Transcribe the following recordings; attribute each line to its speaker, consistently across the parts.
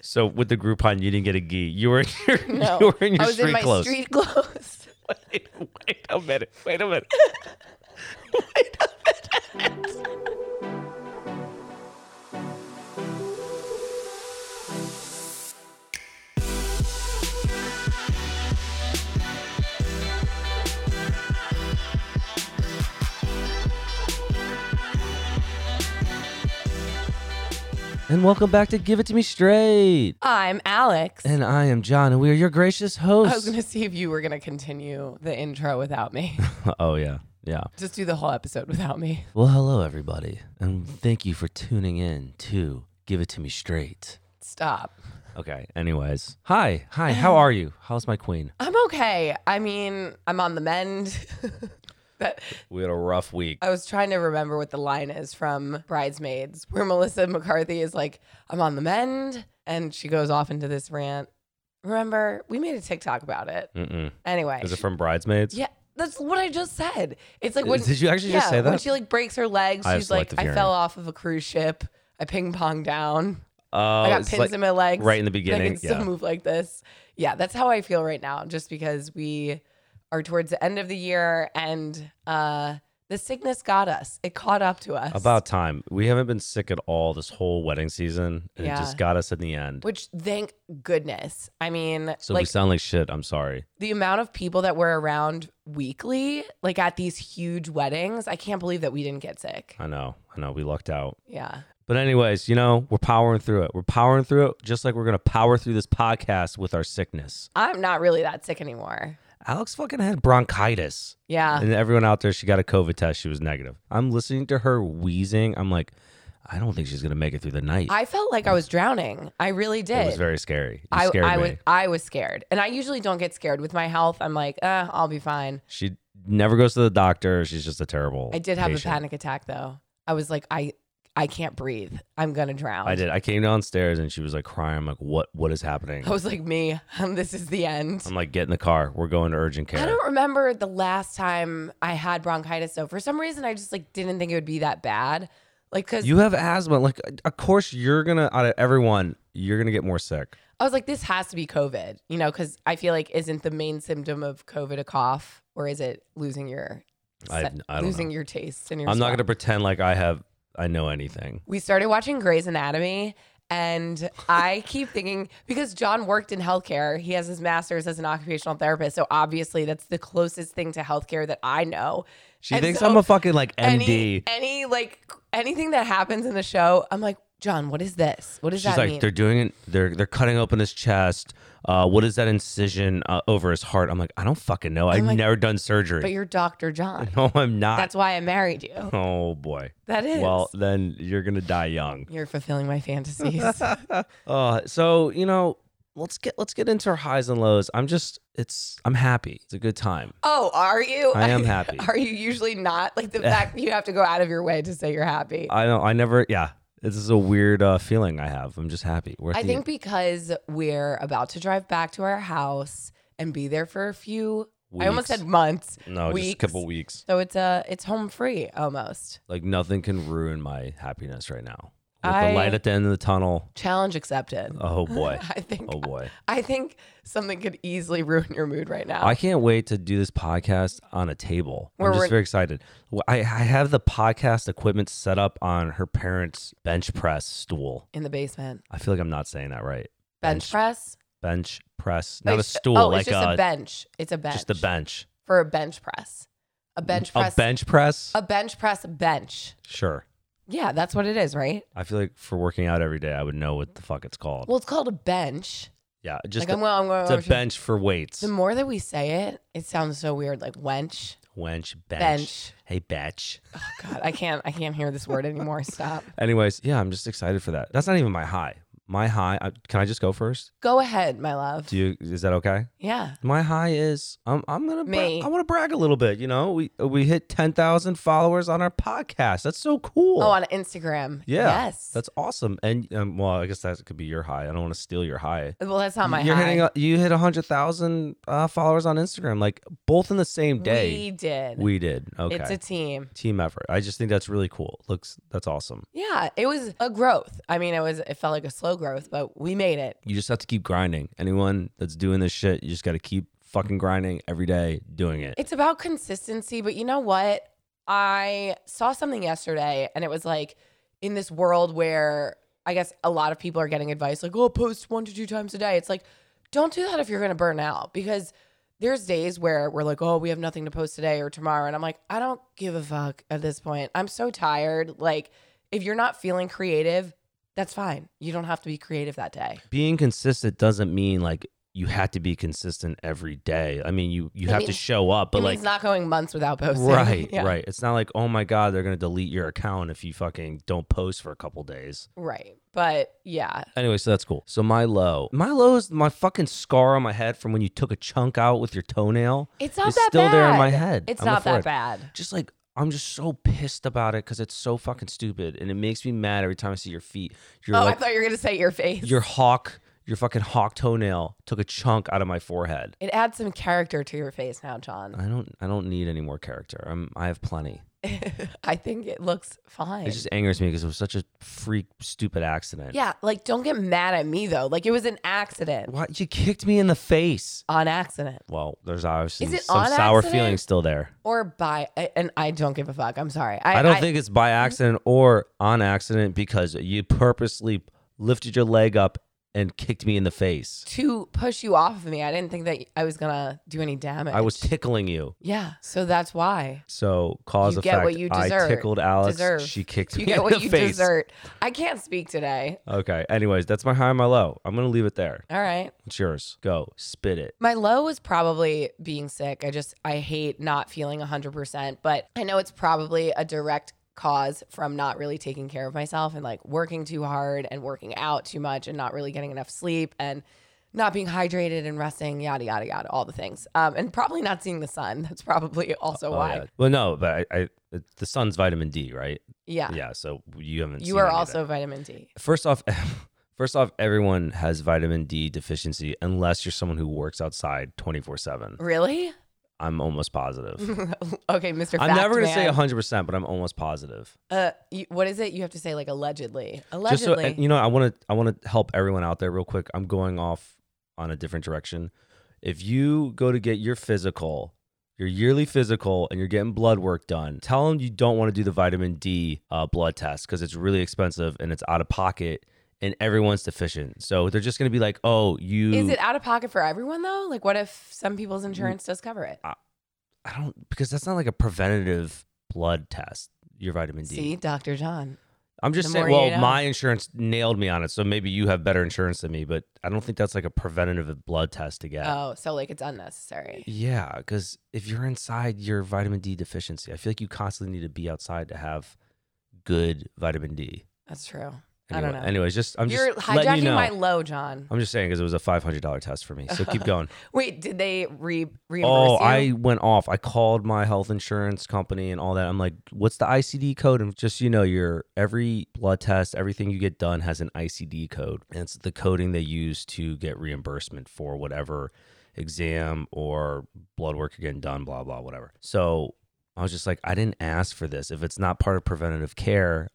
Speaker 1: So with the Groupon, you didn't get a gi. You were in your,
Speaker 2: No,
Speaker 1: you were in your
Speaker 2: I was
Speaker 1: street
Speaker 2: in my
Speaker 1: clothes.
Speaker 2: street clothes.
Speaker 1: Wait, wait a minute. Wait a minute. And welcome back to Give It To Me Straight.
Speaker 2: I'm Alex.
Speaker 1: And I am John, and we are your gracious
Speaker 2: I was
Speaker 1: hosts.
Speaker 2: gonna see if you were gonna continue the intro without me.
Speaker 1: oh, yeah. Yeah.
Speaker 2: Just do the whole episode without me.
Speaker 1: Well, hello, everybody, and thank you for tuning in to Give It To Me Straight.
Speaker 2: Stop.
Speaker 1: Okay, anyways. Hi, hi, how are you? How's my queen?
Speaker 2: I'm okay. I mean, I'm on the mend. that
Speaker 1: We had a rough week.
Speaker 2: I was trying to remember what the line is from Bridesmaids, where Melissa McCarthy is like, I'm on the mend. And she goes off into this rant. Remember, we made a TikTok about it.
Speaker 1: Mm-mm.
Speaker 2: Anyway.
Speaker 1: Mm. Is it from Bridesmaids?
Speaker 2: Yeah, that's what I just said. It's like when
Speaker 1: Uh, Did you actually
Speaker 2: yeah,
Speaker 1: just say
Speaker 2: when
Speaker 1: that?
Speaker 2: she like breaks her legs,
Speaker 1: I have
Speaker 2: she's like,
Speaker 1: selective
Speaker 2: I
Speaker 1: hearing.
Speaker 2: fell off of a cruise ship. I ping pong down.
Speaker 1: Oh,
Speaker 2: I got
Speaker 1: it's
Speaker 2: pins
Speaker 1: like
Speaker 2: in my legs.
Speaker 1: right in the
Speaker 2: and I
Speaker 1: beginning.
Speaker 2: can still move like this. Yeah, that's how I feel right now. Just because we are towards the end of the year and uh the sickness got us. It caught up to us.
Speaker 1: About time. We haven't been sick at all this whole wedding season, and
Speaker 2: Yeah.
Speaker 1: it just got us in the end.
Speaker 2: which thank goodness. I mean,
Speaker 1: So we
Speaker 2: like
Speaker 1: sound like shit. I'm sorry.
Speaker 2: the amount of people that were around weekly, like at these huge weddings, I can't believe that we didn't get sick.
Speaker 1: I know. I know. We lucked out.
Speaker 2: Yeah.
Speaker 1: But anyways, you know, we're powering through it. We're powering through it just like we're going to power through this podcast with our sickness.
Speaker 2: I'm not really that sick anymore.
Speaker 1: Alex fucking had bronchitis.
Speaker 2: Yeah.
Speaker 1: And everyone out there, she got a COVID test. She was negative. I'm listening to her wheezing. I'm like, I don't think she's going to make it through the night.
Speaker 2: I felt like I was drowning. I really did.
Speaker 1: it was very scary. It
Speaker 2: I,
Speaker 1: scared
Speaker 2: I
Speaker 1: me.
Speaker 2: was I was scared. And I usually don't get scared with my health. I'm like, uh, I'll be fine.
Speaker 1: She never goes to the doctor. She's just a terrible.
Speaker 2: I did have
Speaker 1: patient.
Speaker 2: a panic attack though. I was like, I I can't breathe. I'm gonna drown.
Speaker 1: I did. I came downstairs and she was like crying. I'm like, what? What is happening?
Speaker 2: I was like, me, this is the end.
Speaker 1: I'm like, get in the car. We're going to urgent care.
Speaker 2: I don't remember the last time I had bronchitis though. For some reason I just like didn't think it would be that bad. Like cause
Speaker 1: you have asthma. Like, of course you're gonna out of everyone, you're gonna get more sick.
Speaker 2: I was like, this has to be COVID, you know, because I feel like isn't the main symptom of COVID a cough, or is it losing your
Speaker 1: I-
Speaker 2: se-
Speaker 1: I don't
Speaker 2: losing
Speaker 1: know.
Speaker 2: your taste and your?
Speaker 1: I'm not
Speaker 2: smell?
Speaker 1: gonna pretend like I have. I know anything.
Speaker 2: We started watching Grey's Anatomy, and I keep thinking because John worked in healthcare, he has his master's as an occupational therapist, so obviously that's the closest thing to healthcare that I know.
Speaker 1: She
Speaker 2: And
Speaker 1: thinks
Speaker 2: so
Speaker 1: I'm a fucking like MD.
Speaker 2: Any, any like anything that happens in the show, I'm like, John, what is this? What does
Speaker 1: She's
Speaker 2: that
Speaker 1: like,
Speaker 2: mean?
Speaker 1: they're doing it. They're they're cutting open his chest. Uh, what is that incision uh, over his heart? I'm like, I don't fucking know. I've
Speaker 2: like,
Speaker 1: never done
Speaker 2: But
Speaker 1: surgery.
Speaker 2: you're Doctor John.
Speaker 1: No, I'm not.
Speaker 2: That's why I married you.
Speaker 1: oh boy.
Speaker 2: That is.
Speaker 1: Well, then you're gonna die young.
Speaker 2: You're fulfilling my fantasies.
Speaker 1: Uh, so you know, let's get let's get into our highs and lows. I'm just, it's, I'm happy. It's a good time.
Speaker 2: oh, are you?
Speaker 1: I am happy.
Speaker 2: Are you usually not? Like the fact that you have to go out of your way to say you're happy.
Speaker 1: I don't, I never, yeah. This is a weird uh, feeling I have. I'm just happy. We're at
Speaker 2: I
Speaker 1: the-
Speaker 2: think because we're about to drive back to our house and be there for a few, I almost
Speaker 1: Weeks.
Speaker 2: said months.
Speaker 1: no, just a
Speaker 2: weeks.
Speaker 1: couple weeks.
Speaker 2: So it's uh it's home free almost.
Speaker 1: Like nothing can ruin my happiness right now. With
Speaker 2: I-
Speaker 1: the light at the end of the tunnel.
Speaker 2: Challenge accepted.
Speaker 1: Oh boy.
Speaker 2: I think
Speaker 1: Oh boy.
Speaker 2: I think something could easily ruin your mood right now.
Speaker 1: I can't wait to do this podcast on a table.
Speaker 2: Where
Speaker 1: I'm just
Speaker 2: we're-
Speaker 1: very excited. Well, I, I have the podcast equipment set up on her parents' bench press stool.
Speaker 2: in the basement.
Speaker 1: I feel like I'm not saying that right.
Speaker 2: Bench,
Speaker 1: Bench-
Speaker 2: press.
Speaker 1: Bench press,
Speaker 2: Oh,
Speaker 1: not a
Speaker 2: it's-
Speaker 1: stool,
Speaker 2: Oh,
Speaker 1: like
Speaker 2: it's just
Speaker 1: a,
Speaker 2: a bench. It's a bench.
Speaker 1: just a bench.
Speaker 2: For a bench press. A bench press.
Speaker 1: A bench press?
Speaker 2: a bench press bench.
Speaker 1: sure.
Speaker 2: Yeah, that's what it is, right?
Speaker 1: I feel like for working out every day, I would know what the fuck it's called.
Speaker 2: Well, it's called a bench.
Speaker 1: yeah, just
Speaker 2: like I'm
Speaker 1: a,
Speaker 2: going, I'm going.
Speaker 1: it's a bench for weights.
Speaker 2: The more that we say it, it sounds so weird. Like wench,
Speaker 1: Wench, bench.
Speaker 2: bench.
Speaker 1: Hey, batch.
Speaker 2: Oh God, I can't. I can't hear this word anymore. Stop.
Speaker 1: Anyways, yeah, I'm just excited for that. That's not even my high. My high, I, can I just go first?
Speaker 2: Go ahead, my love.
Speaker 1: Do you, is that okay?
Speaker 2: yeah.
Speaker 1: My high is I'm I'm gonna bra-
Speaker 2: Me.
Speaker 1: I want to brag a little bit. You know, we we hit ten thousand followers on our podcast. That's so cool.
Speaker 2: Oh, on Instagram.
Speaker 1: yeah,
Speaker 2: Yes.
Speaker 1: that's awesome. And um, well, I guess that could be your high. I don't want to steal your high.
Speaker 2: well, that's not my
Speaker 1: You're
Speaker 2: high.
Speaker 1: hitting a, you hit hundred thousand uh, followers on Instagram, like both in the same
Speaker 2: We
Speaker 1: day.
Speaker 2: did.
Speaker 1: did. Okay,
Speaker 2: It's a team.
Speaker 1: team effort. I just think that's really cool. Looks that's awesome.
Speaker 2: Yeah, it was a growth. I mean, it was. It felt like a slow growth, but we made it.
Speaker 1: You just have to keep grinding. Anyone that's doing this shit, you just got to keep fucking grinding every day, doing it.
Speaker 2: It's about consistency, but you know what? I saw something yesterday and it was like in this world where I guess a lot of people are getting advice like, oh, post one to two times a day. It's like, don't do that if you're going to burn out because there's days where we're like, oh, we have nothing to post today or tomorrow. And I'm like, I don't give a fuck at this point. I'm so tired. Like, if you're not feeling creative, that's fine. You don't have to be creative that day.
Speaker 1: Being consistent doesn't mean like you have to be consistent every day. I mean, you you
Speaker 2: It
Speaker 1: have to
Speaker 2: means-
Speaker 1: show up, but
Speaker 2: it
Speaker 1: like
Speaker 2: means not going months without posting.
Speaker 1: right,
Speaker 2: Yeah.
Speaker 1: right. It's not like oh my god, they're gonna delete your account if you fucking don't post for a couple days.
Speaker 2: Right. But yeah,
Speaker 1: Anyway, so that's cool. So my low, my low is my fucking scar on my head from when you took a chunk out with your toenail.
Speaker 2: it's not
Speaker 1: it's
Speaker 2: that
Speaker 1: still
Speaker 2: bad.
Speaker 1: there in my head.
Speaker 2: It's
Speaker 1: I'm
Speaker 2: not that
Speaker 1: afraid.
Speaker 2: bad.
Speaker 1: Just like I'm just so pissed about it because it's so fucking stupid, and it makes me mad every time I see your feet. You're
Speaker 2: oh,
Speaker 1: like
Speaker 2: I thought you were gonna say your face.
Speaker 1: your hawk, your fucking hawk toenail took a chunk out of my forehead.
Speaker 2: it adds some character to your face now, John.
Speaker 1: I don't, I don't need any more character. I'm, I have plenty.
Speaker 2: I think it looks fine.
Speaker 1: It Uh. just angers me because it was such a freak, stupid accident.
Speaker 2: yeah, like don't get mad at me though. Like it was an accident.
Speaker 1: Why you kicked me in the face?
Speaker 2: On accident,
Speaker 1: Well, there's obviously
Speaker 2: Is it
Speaker 1: some
Speaker 2: on
Speaker 1: sour
Speaker 2: accident?
Speaker 1: feelings still there.
Speaker 2: or by, I- and I don't give a fuck. I'm sorry.
Speaker 1: I, don't think it's by accident or on accident because you purposely lifted your leg up and kicked me in the face.
Speaker 2: to push you off of me. I didn't think that I was gonna do any damage.
Speaker 1: I was tickling you.
Speaker 2: yeah. So that's why
Speaker 1: So cause
Speaker 2: You
Speaker 1: effect.
Speaker 2: get what you
Speaker 1: I
Speaker 2: deserve-
Speaker 1: tickled Alex.
Speaker 2: deserve.
Speaker 1: She kicked
Speaker 2: you
Speaker 1: me
Speaker 2: get
Speaker 1: in
Speaker 2: what
Speaker 1: the
Speaker 2: you
Speaker 1: face.
Speaker 2: deserve. I can't speak today.
Speaker 1: Okay. Anyways, that's my high and my low. I'm gonna leave it there.
Speaker 2: All right.
Speaker 1: It's yours. Go spit it.
Speaker 2: My low was probably being sick. I just, I hate not feeling 100%, but I know it's probably a direct cause from not really taking care of myself and like working too hard and working out too much and not really getting enough sleep and not being hydrated and resting, yada, yada, yada, all the things. Um, and probably not seeing the sun. That's probably also
Speaker 1: Oh,
Speaker 2: why.
Speaker 1: yeah. Well, no, but I, I it- the sun's vitamin D, right?
Speaker 2: Yeah.
Speaker 1: Yeah. So you haven't.
Speaker 2: You
Speaker 1: seen any
Speaker 2: are
Speaker 1: of that.
Speaker 2: also vitamin D.
Speaker 1: First off, first off, everyone has vitamin D deficiency unless you're someone who works outside 24 seven.
Speaker 2: Really?
Speaker 1: I'm almost positive.
Speaker 2: okay, mister
Speaker 1: I'm never gonna say
Speaker 2: man.
Speaker 1: 100, percent but I'm almost positive.
Speaker 2: Uh, you, what is it? You have to say like allegedly.
Speaker 1: Just so
Speaker 2: Allegedly.
Speaker 1: and, you know, I want to I want to help everyone out there real quick. I'm going off on a different direction. If you go to get your physical, your yearly physical, and you're getting blood work done, tell them you don't want to do the vitamin D uh, blood test because it's really expensive and it's out of pocket, and everyone's deficient. So they're just gonna be like, "Oh, you."
Speaker 2: Is it out of pocket for everyone though? Like, what if some
Speaker 1: Mm.
Speaker 2: people's insurance does cover it?
Speaker 1: I don't because that's not like a preventative blood test. Your vitamin D.
Speaker 2: See, Doctor John.
Speaker 1: I'm just
Speaker 2: The
Speaker 1: saying.
Speaker 2: more
Speaker 1: Well,
Speaker 2: you know.
Speaker 1: my insurance nailed me on it, so maybe you have better insurance than me. But I don't think that's like a preventative blood test to get.
Speaker 2: Oh, so like it's unnecessary.
Speaker 1: Yeah, because if you're inside your vitamin D deficiency, I feel like you constantly need to be outside to have good vitamin D.
Speaker 2: That's true. I
Speaker 1: Anyway,
Speaker 2: don't know.
Speaker 1: Anyways, just I'm
Speaker 2: You're
Speaker 1: just
Speaker 2: hijacking
Speaker 1: letting you know.
Speaker 2: my low, John.
Speaker 1: I'm just saying because it was a five hundred dollar test for me. So keep going.
Speaker 2: Wait, did they re reimburse
Speaker 1: oh,
Speaker 2: you?
Speaker 1: I went off. I called my health insurance company and all that. I'm like, what's the ICD code? And just so you know, your every blood test, everything you get done has an ICD code. And it's the coding they use to get reimbursement for whatever exam or blood work you're getting done, blah, blah, whatever. So I was just like, I didn't ask for this. If it's not part of preventative care,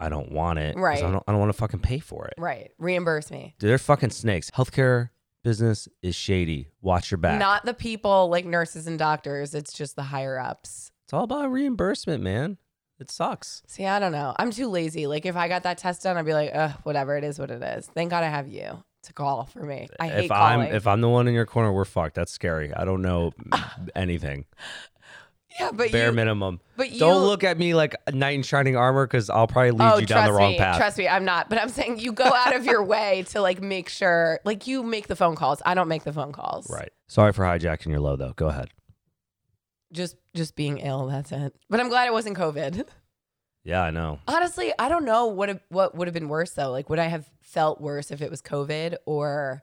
Speaker 1: I don't want it. 'cause
Speaker 2: Right.
Speaker 1: I don't, I don't want to fucking pay for it.
Speaker 2: right reimburse me.
Speaker 1: Dude, they're fucking snakes. Healthcare business is shady. Watch your back.
Speaker 2: Not the people like nurses and doctors. It's just the higher ups.
Speaker 1: It's all about reimbursement, man. It sucks.
Speaker 2: See, I don't know. I'm too lazy. Like if I got that test done, I'd be like, ugh, whatever it is, what it is. Thank God I have you to call for me. I hate
Speaker 1: if
Speaker 2: calling.
Speaker 1: I'm if I'm the one in your corner, we're fucked. That's scary. I don't know anything.
Speaker 2: yeah, but
Speaker 1: Bare
Speaker 2: you,
Speaker 1: minimum.
Speaker 2: but you
Speaker 1: don't look at me like a knight in shining armor because I'll probably lead you down
Speaker 2: Oh, trust
Speaker 1: the wrong
Speaker 2: me,
Speaker 1: path.
Speaker 2: Trust me, I'm not. But I'm saying you go out of your way to like make sure, like you make the phone calls. I don't make the phone calls.
Speaker 1: right. Sorry for hijacking your low though. Go ahead.
Speaker 2: Just just being ill. That's it. But I'm glad it wasn't COVID.
Speaker 1: Yeah, I know.
Speaker 2: Honestly, I don't know what what would have been worse though. Like, would I have felt worse if it was COVID or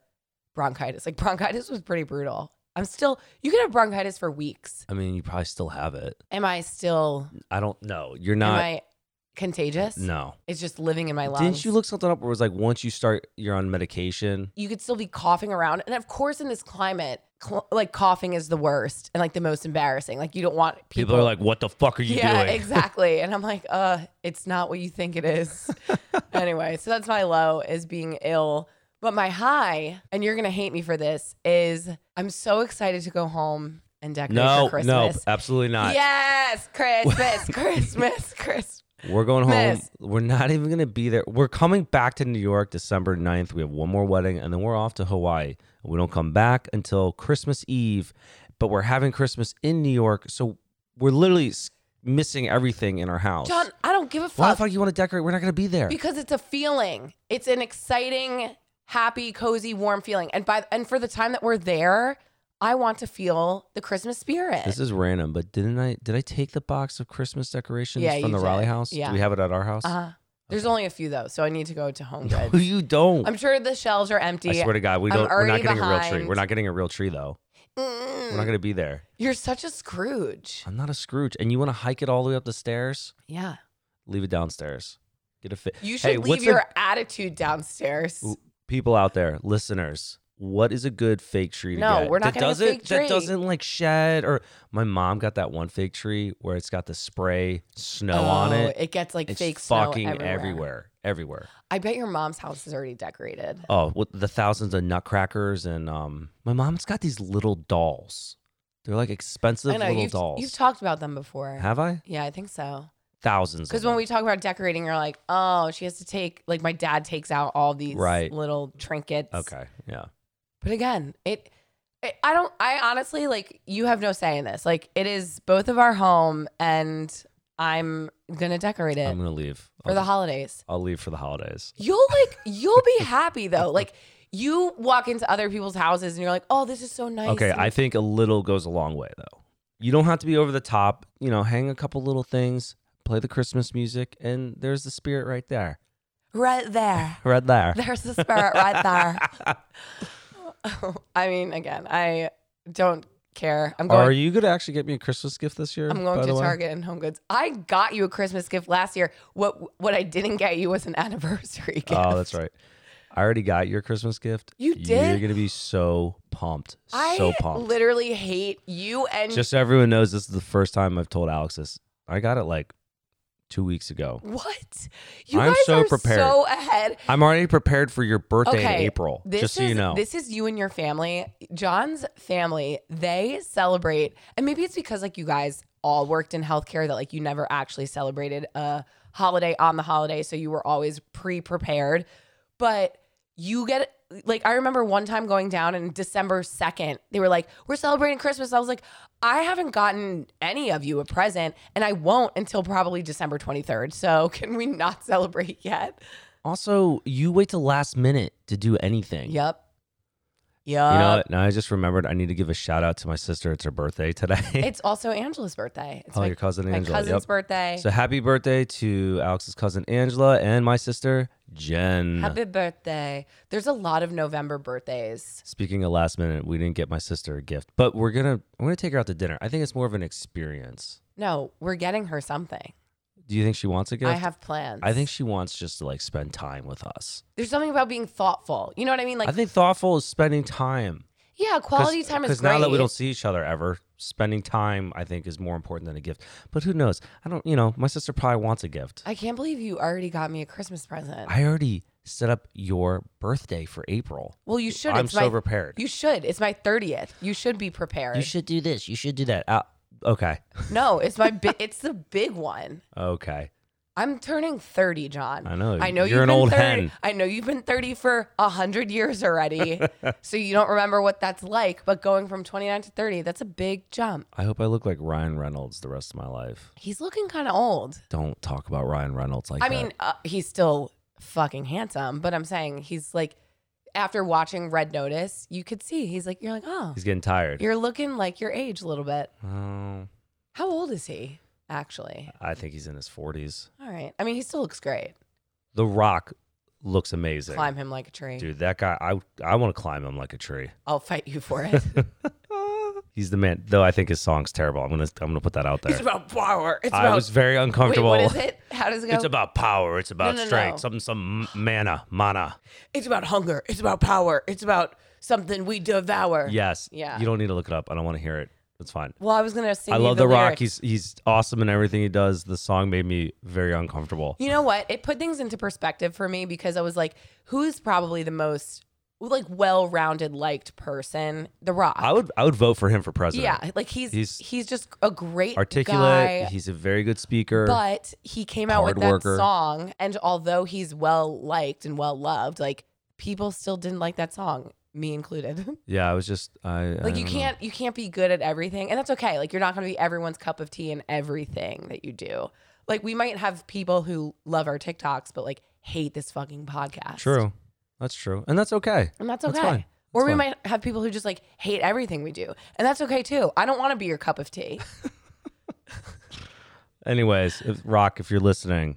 Speaker 2: bronchitis? Like bronchitis was pretty brutal. I'm still. You can have bronchitis for weeks.
Speaker 1: I mean, you probably still have it.
Speaker 2: Am I still?
Speaker 1: I don't know. You're
Speaker 2: am
Speaker 1: not.
Speaker 2: I contagious?
Speaker 1: No.
Speaker 2: It's just living in my lungs.
Speaker 1: Didn't you look something up where it was like once you start, you're on medication.
Speaker 2: you could still be coughing around. And of course, in this climate, cl- like coughing is the worst and like the most embarrassing. Like you don't want people,
Speaker 1: People are like, "What the fuck are you
Speaker 2: yeah,
Speaker 1: doing?"
Speaker 2: exactly. And I'm like, uh, it's not what you think it is. anyway, so that's my low is being ill. But my high, and you're gonna hate me for this, is I'm so excited to go home and decorate for
Speaker 1: No, no,
Speaker 2: Christmas.
Speaker 1: absolutely not.
Speaker 2: Yes, Christmas, Christmas, Christmas.
Speaker 1: We're going home.
Speaker 2: Miss.
Speaker 1: We're not even going to be there. We're coming back to New York December 9th. We have one more wedding and then we're off to Hawaii. We don't come back until Christmas Eve, but we're having Christmas in New York. So we're literally s- missing everything in our house.
Speaker 2: John, I don't give a
Speaker 1: Why the
Speaker 2: fuck.
Speaker 1: fuck you want to decorate? We're not going to be there.
Speaker 2: because it's a feeling. It's an exciting, happy, cozy, warm feeling. And by and for the time that we're there, I want to feel the Christmas spirit.
Speaker 1: This is random, but didn't I did I take the box of Christmas decorations
Speaker 2: Yeah,
Speaker 1: from
Speaker 2: you
Speaker 1: the Raleigh
Speaker 2: did.
Speaker 1: house?
Speaker 2: Yeah.
Speaker 1: Do we have it at our house?
Speaker 2: uh, there's only a few though, so I need to go to Home
Speaker 1: No,
Speaker 2: Goods.
Speaker 1: you don't.
Speaker 2: I'm sure the shelves are
Speaker 1: I
Speaker 2: empty.
Speaker 1: swear to God, we
Speaker 2: I'm
Speaker 1: don't. We're not
Speaker 2: already
Speaker 1: getting a real tree.
Speaker 2: behind.
Speaker 1: We're not getting a real tree though. We're
Speaker 2: Mm.
Speaker 1: not going to be there.
Speaker 2: You're such a Scrooge.
Speaker 1: I'm not a Scrooge. And you want to hike it all the way up the stairs?
Speaker 2: Yeah.
Speaker 1: Leave it downstairs. Get a fit.
Speaker 2: You should
Speaker 1: Hey,
Speaker 2: leave
Speaker 1: what's a-
Speaker 2: your attitude downstairs.
Speaker 1: Ooh, People out there, listeners, what is a good fake tree to
Speaker 2: No,
Speaker 1: get?
Speaker 2: we're
Speaker 1: that
Speaker 2: not getting a
Speaker 1: doesn't,
Speaker 2: fake
Speaker 1: That
Speaker 2: tree.
Speaker 1: doesn't like shed or my mom got that one fake tree where it's got the spray snow on
Speaker 2: Oh,
Speaker 1: it.
Speaker 2: It gets like
Speaker 1: It's
Speaker 2: fake snow
Speaker 1: fucking
Speaker 2: everywhere.
Speaker 1: everywhere. Everywhere.
Speaker 2: I bet your mom's house is already decorated.
Speaker 1: Oh, with the thousands of nutcrackers and um my mom's got these little dolls. They're like expensive
Speaker 2: I know
Speaker 1: little
Speaker 2: you've,
Speaker 1: dolls.
Speaker 2: you've talked about them before.
Speaker 1: Have I?
Speaker 2: yeah, I think so.
Speaker 1: Thousands.
Speaker 2: Because
Speaker 1: Because
Speaker 2: when we talk about decorating, you're like, oh, she has to take like my dad takes out all these
Speaker 1: Right.
Speaker 2: little trinkets.
Speaker 1: Okay. Yeah.
Speaker 2: but again, it, it, I don't, I honestly like you have no say in this. Like it is both of our home, and I'm gonna decorate it
Speaker 1: I'm gonna leave.
Speaker 2: for
Speaker 1: I'll
Speaker 2: the
Speaker 1: just-
Speaker 2: holidays.
Speaker 1: I'll leave for the holidays.
Speaker 2: You'll like, you'll be happy though. Like you walk into other people's houses and you're like, oh, this is so nice.
Speaker 1: Okay,
Speaker 2: and
Speaker 1: I think a little goes a long way though. You don't have to be over the top. You know, hang a couple little things, play the Christmas music, and there's the spirit right there,
Speaker 2: right there.
Speaker 1: right there.
Speaker 2: There's the spirit right there. I mean, again, I don't care. I'm going
Speaker 1: Are you gonna actually get me a Christmas gift this year?
Speaker 2: I'm
Speaker 1: by
Speaker 2: going to
Speaker 1: the way?
Speaker 2: Target and Home Goods. I got you a Christmas gift last year. What what I didn't get you was an anniversary gift.
Speaker 1: Oh, that's right. I already got your Christmas gift. You're
Speaker 2: You did?
Speaker 1: gonna be so pumped.
Speaker 2: I
Speaker 1: so pumped.
Speaker 2: literally hate you and
Speaker 1: Just so everyone knows, this is the first time I've told Alex this. I got it like two weeks ago.
Speaker 2: what? You
Speaker 1: I'm
Speaker 2: guys
Speaker 1: so
Speaker 2: are
Speaker 1: prepared.
Speaker 2: so ahead.
Speaker 1: I'm already prepared for your birthday in
Speaker 2: Okay,
Speaker 1: April.
Speaker 2: This
Speaker 1: just so
Speaker 2: is
Speaker 1: you know.
Speaker 2: this is you and your family. John's family, they celebrate and maybe it's because like you guys all worked in healthcare that like you never actually celebrated a holiday on the holiday so you were always pre-prepared. But you get like I remember one time going down in December 2nd. They were like, "We're celebrating Christmas." I was like, "I haven't gotten any of you a present and I won't until probably December 23rd. So, can we not celebrate yet?"
Speaker 1: Also, you wait till last minute to do anything.
Speaker 2: Yep.
Speaker 1: You
Speaker 2: Yup.
Speaker 1: know, what? now I just remembered I need to give a shout out to my sister. It's her birthday today.
Speaker 2: It's also Angela's birthday. It's
Speaker 1: oh,
Speaker 2: my,
Speaker 1: your cousin
Speaker 2: my
Speaker 1: Angela.
Speaker 2: cousin's
Speaker 1: Yep.
Speaker 2: birthday.
Speaker 1: So happy birthday to Alex's cousin Angela and my sister Jen.
Speaker 2: Happy birthday. There's a lot of November birthdays.
Speaker 1: Speaking of last minute, we didn't get my sister a gift, but we're gonna I'm gonna take her out to dinner. I think it's more of an experience.
Speaker 2: No, we're getting her something.
Speaker 1: Do you think she wants a gift?
Speaker 2: I have plans.
Speaker 1: I think she wants just to like spend time with us.
Speaker 2: there's something about being thoughtful. You know what I mean? Like,
Speaker 1: I think thoughtful is spending time.
Speaker 2: yeah, quality time is
Speaker 1: because
Speaker 2: great.
Speaker 1: now that we don't see each other ever spending time i think is more important than a gift but who knows i don't you know my sister probably wants a gift
Speaker 2: I can't believe you already got me a Christmas present.
Speaker 1: i already set up your birthday for april
Speaker 2: well, you should.
Speaker 1: i'm
Speaker 2: it's
Speaker 1: so
Speaker 2: my,
Speaker 1: prepared you,
Speaker 2: You should. It's my 30th. You should be prepared.
Speaker 1: should do this you should do that uh, okay
Speaker 2: No, it's my bi- it's the big one.
Speaker 1: okay
Speaker 2: I'm turning 30, John.
Speaker 1: I know.
Speaker 2: I know
Speaker 1: You're
Speaker 2: have
Speaker 1: an
Speaker 2: been
Speaker 1: old
Speaker 2: 30,
Speaker 1: hen.
Speaker 2: I know you've been 30 for 100 years already. so you don't remember what that's like, but going from 29 to 30, that's a big jump.
Speaker 1: i hope i look like ryan reynolds the rest of my life
Speaker 2: He's looking kind of old.
Speaker 1: don't talk about ryan reynolds like
Speaker 2: I mean, uh, he's still fucking handsome, but I'm saying he's like after watching Red Notice, you could see he's like you're like, "Oh,
Speaker 1: that. he's getting tired
Speaker 2: you're looking like your age a little bit."
Speaker 1: oh,
Speaker 2: How old is he actually?
Speaker 1: i think he's in his 40s
Speaker 2: All right. I mean, he still looks great.
Speaker 1: the rock looks amazing
Speaker 2: Climb him like a tree.
Speaker 1: dude that guy i i want to climb him like a tree
Speaker 2: I'll fight you for it.
Speaker 1: He's the man. Though I think his song's terrible. I'm gonna I'm gonna put that out
Speaker 2: It's
Speaker 1: there.
Speaker 2: about power. It's
Speaker 1: I
Speaker 2: about
Speaker 1: was very
Speaker 2: wait,
Speaker 1: uncomfortable.
Speaker 2: what is it? How does it go?
Speaker 1: It's about power. It's about
Speaker 2: no,
Speaker 1: strength.
Speaker 2: no.
Speaker 1: Some some mana mana.
Speaker 2: it's about hunger. It's about power. It's about something we devour.
Speaker 1: Yes.
Speaker 2: Yeah.
Speaker 1: You don't need to look it up. I don't want to hear it. It's fine.
Speaker 2: Well, I was gonna sing.
Speaker 1: I
Speaker 2: you
Speaker 1: love
Speaker 2: the,
Speaker 1: the Rock. He's
Speaker 2: lyrics.
Speaker 1: he's awesome in everything he does. The song made me very uncomfortable.
Speaker 2: You know what? It put things into perspective for me because I was like, who's probably the most like well-rounded liked person? The Rock.
Speaker 1: I would I would vote for him for president.
Speaker 2: yeah, like he's
Speaker 1: He's
Speaker 2: he's, just a great
Speaker 1: Articulate.
Speaker 2: guy.
Speaker 1: He's a very good speaker.
Speaker 2: but he came out with
Speaker 1: hard
Speaker 2: that
Speaker 1: worker.
Speaker 2: song, and although he's well liked and well loved, like people still didn't like that song, me included.
Speaker 1: yeah, I was just I I
Speaker 2: like
Speaker 1: don't
Speaker 2: you
Speaker 1: know.
Speaker 2: can't you can't be good at everything, and that's okay. Like you're not going to be everyone's cup of tea in everything that you do. Like we might have people who love our TikToks, but like hate this fucking podcast.
Speaker 1: True. That's true. And that's okay.
Speaker 2: and that's okay.
Speaker 1: That's fine.
Speaker 2: or
Speaker 1: That's
Speaker 2: we
Speaker 1: fine.
Speaker 2: might have people who just like hate everything we do, and that's okay too. I don't want to be your cup of tea.
Speaker 1: Anyways, if, Rock, if you're listening,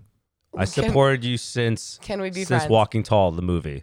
Speaker 1: I
Speaker 2: Can-
Speaker 1: supported you since
Speaker 2: Can we be
Speaker 1: since
Speaker 2: friends?
Speaker 1: Walking Tall, the movie.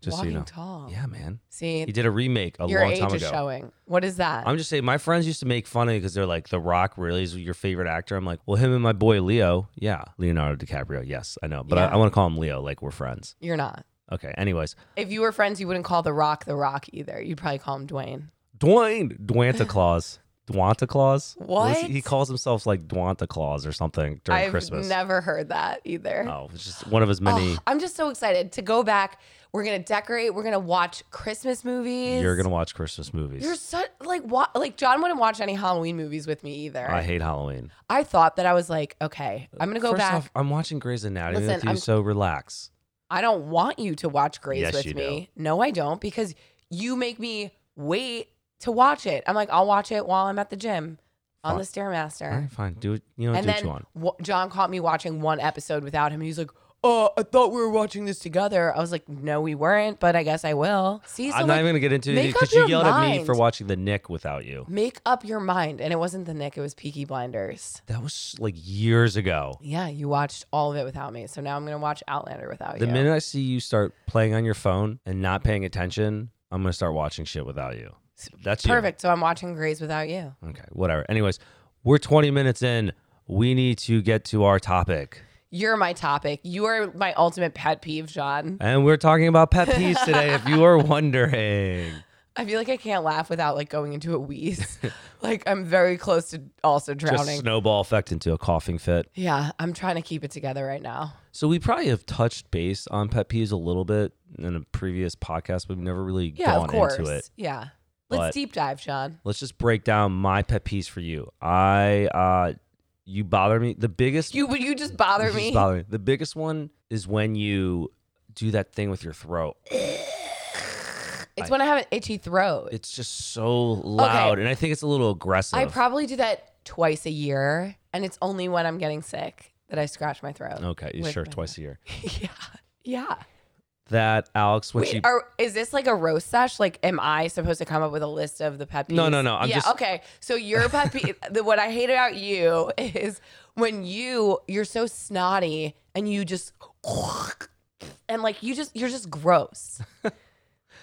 Speaker 1: Just
Speaker 2: Walking
Speaker 1: so you know.
Speaker 2: tall.
Speaker 1: Yeah, man.
Speaker 2: See,
Speaker 1: He did a remake a
Speaker 2: your
Speaker 1: long
Speaker 2: age
Speaker 1: time
Speaker 2: is
Speaker 1: ago.
Speaker 2: showing. What is that?
Speaker 1: I'm just saying, my friends used to make fun of me because they're like, "The Rock really is your favorite actor." I'm like, "Well, him and my boy Leo, yeah, Leonardo DiCaprio, yes, I know, but I,
Speaker 2: Yeah.
Speaker 1: I want to call him Leo, like we're friends."
Speaker 2: You're not.
Speaker 1: Okay. Anyways,
Speaker 2: If you were friends, you wouldn't call The Rock The Rock either. You'd probably call him Dwayne.
Speaker 1: Dwayne Dwanta Claus, Dwanta Claus.
Speaker 2: What?
Speaker 1: he calls himself like Dwanta Claus or something during
Speaker 2: I've
Speaker 1: Christmas.
Speaker 2: never heard that either.
Speaker 1: oh, it's just one of his many.
Speaker 2: Oh, I'm just so excited to go back. We're gonna decorate. We're gonna watch Christmas movies.
Speaker 1: You're gonna watch Christmas movies.
Speaker 2: Oh, You're such like what? Like John wouldn't watch any Halloween movies with me either.
Speaker 1: I hate Halloween.
Speaker 2: I thought that I was like, okay, I'm gonna go
Speaker 1: First
Speaker 2: back.
Speaker 1: off, I'm watching Grey's Anatomy
Speaker 2: Listen,
Speaker 1: with you,
Speaker 2: I'm-
Speaker 1: so relax.
Speaker 2: I don't want you to watch Grace
Speaker 1: Yes,
Speaker 2: with
Speaker 1: you
Speaker 2: me. No, I don't, because you make me wait to watch it. I'm like, I'll watch it while I'm at the gym on
Speaker 1: Fine.
Speaker 2: the Stairmaster.
Speaker 1: All right, fine. Do it. You know,
Speaker 2: and
Speaker 1: do what you
Speaker 2: then
Speaker 1: want.
Speaker 2: w- John caught me watching one episode without him. He's like, "Oh, I thought we were watching this together." I was like, "No, we weren't," but I guess I will. See, so
Speaker 1: I'm
Speaker 2: like,
Speaker 1: not even gonna get into it
Speaker 2: make up
Speaker 1: because you
Speaker 2: your
Speaker 1: yelled at me for
Speaker 2: mind.
Speaker 1: watching The Nick without you.
Speaker 2: make up your mind. And it wasn't the Nick; it was Peaky Blinders.
Speaker 1: That was like years ago.
Speaker 2: Yeah, you watched all of it without me, so now I'm gonna watch Outlander without
Speaker 1: The
Speaker 2: you.
Speaker 1: minute I see you start playing on your phone and not paying attention, I'm gonna start watching shit without you. That's you.
Speaker 2: Perfect. So I'm watching Grace without you.
Speaker 1: Okay, whatever. Anyways, we're 20 minutes in. We need to get to our topic,
Speaker 2: You're my topic. You are my ultimate pet peeve, John.
Speaker 1: and we're talking about pet peeves today. if you are wondering,
Speaker 2: I feel like I can't laugh without like going into a wheeze. like I'm very close to also
Speaker 1: just
Speaker 2: drowning.
Speaker 1: snowball effect into a coughing fit.
Speaker 2: yeah, I'm trying to keep it together right now.
Speaker 1: So we probably have touched base on pet peeves a little bit in a previous podcast. We've never really
Speaker 2: Yeah,
Speaker 1: gone
Speaker 2: of course.
Speaker 1: into it.
Speaker 2: Yeah.
Speaker 1: But-
Speaker 2: Let's deep dive, Sean.
Speaker 1: Let's just break down my pet peeves for you. I uh you bother me. The biggest
Speaker 2: You would you just bother
Speaker 1: you just
Speaker 2: me?
Speaker 1: bother me. The biggest one is when you do that thing with your throat.
Speaker 2: it's when I have an itchy throat.
Speaker 1: It's just so loud and I think it's a little aggressive.
Speaker 2: I probably do that twice a year, and it's only when I'm getting sick that I scratch my throat.
Speaker 1: Okay, you
Speaker 2: with
Speaker 1: sure
Speaker 2: my-
Speaker 1: twice a year.
Speaker 2: yeah. Yeah.
Speaker 1: That Alex when
Speaker 2: Wait,
Speaker 1: she
Speaker 2: are, is this like a roast sesh? Like, am I supposed to come up with a list of the pet peeves?
Speaker 1: No, no, no, I'm
Speaker 2: yeah,
Speaker 1: just-
Speaker 2: okay. So your pet peeve, the, what I hate about you is when you you're so snotty and you just and like you just you're just gross.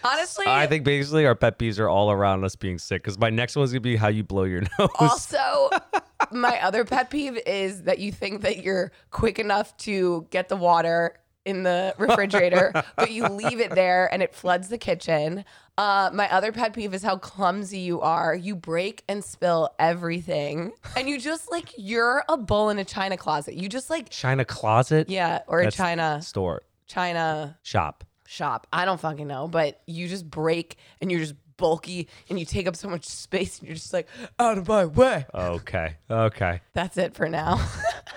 Speaker 2: Honestly,
Speaker 1: I think basically our pet peeves are all around us being sick because my next one's gonna be how you blow your nose.
Speaker 2: Also, my other pet peeve is that you think that you're quick enough to get the water in the refrigerator, but you leave it there and it floods the kitchen. Uh, my other pet peeve is how clumsy you are. You break and spill everything, and you just like you're a bull in a china closet. You just like
Speaker 1: China closet
Speaker 2: yeah, or a
Speaker 1: That's-
Speaker 2: china
Speaker 1: store
Speaker 2: china
Speaker 1: shop.
Speaker 2: shop. I don't fucking know, but you just break and you're just bulky and you take up so much space and you're just like out of my way.
Speaker 1: Okay. Okay.
Speaker 2: That's it for now.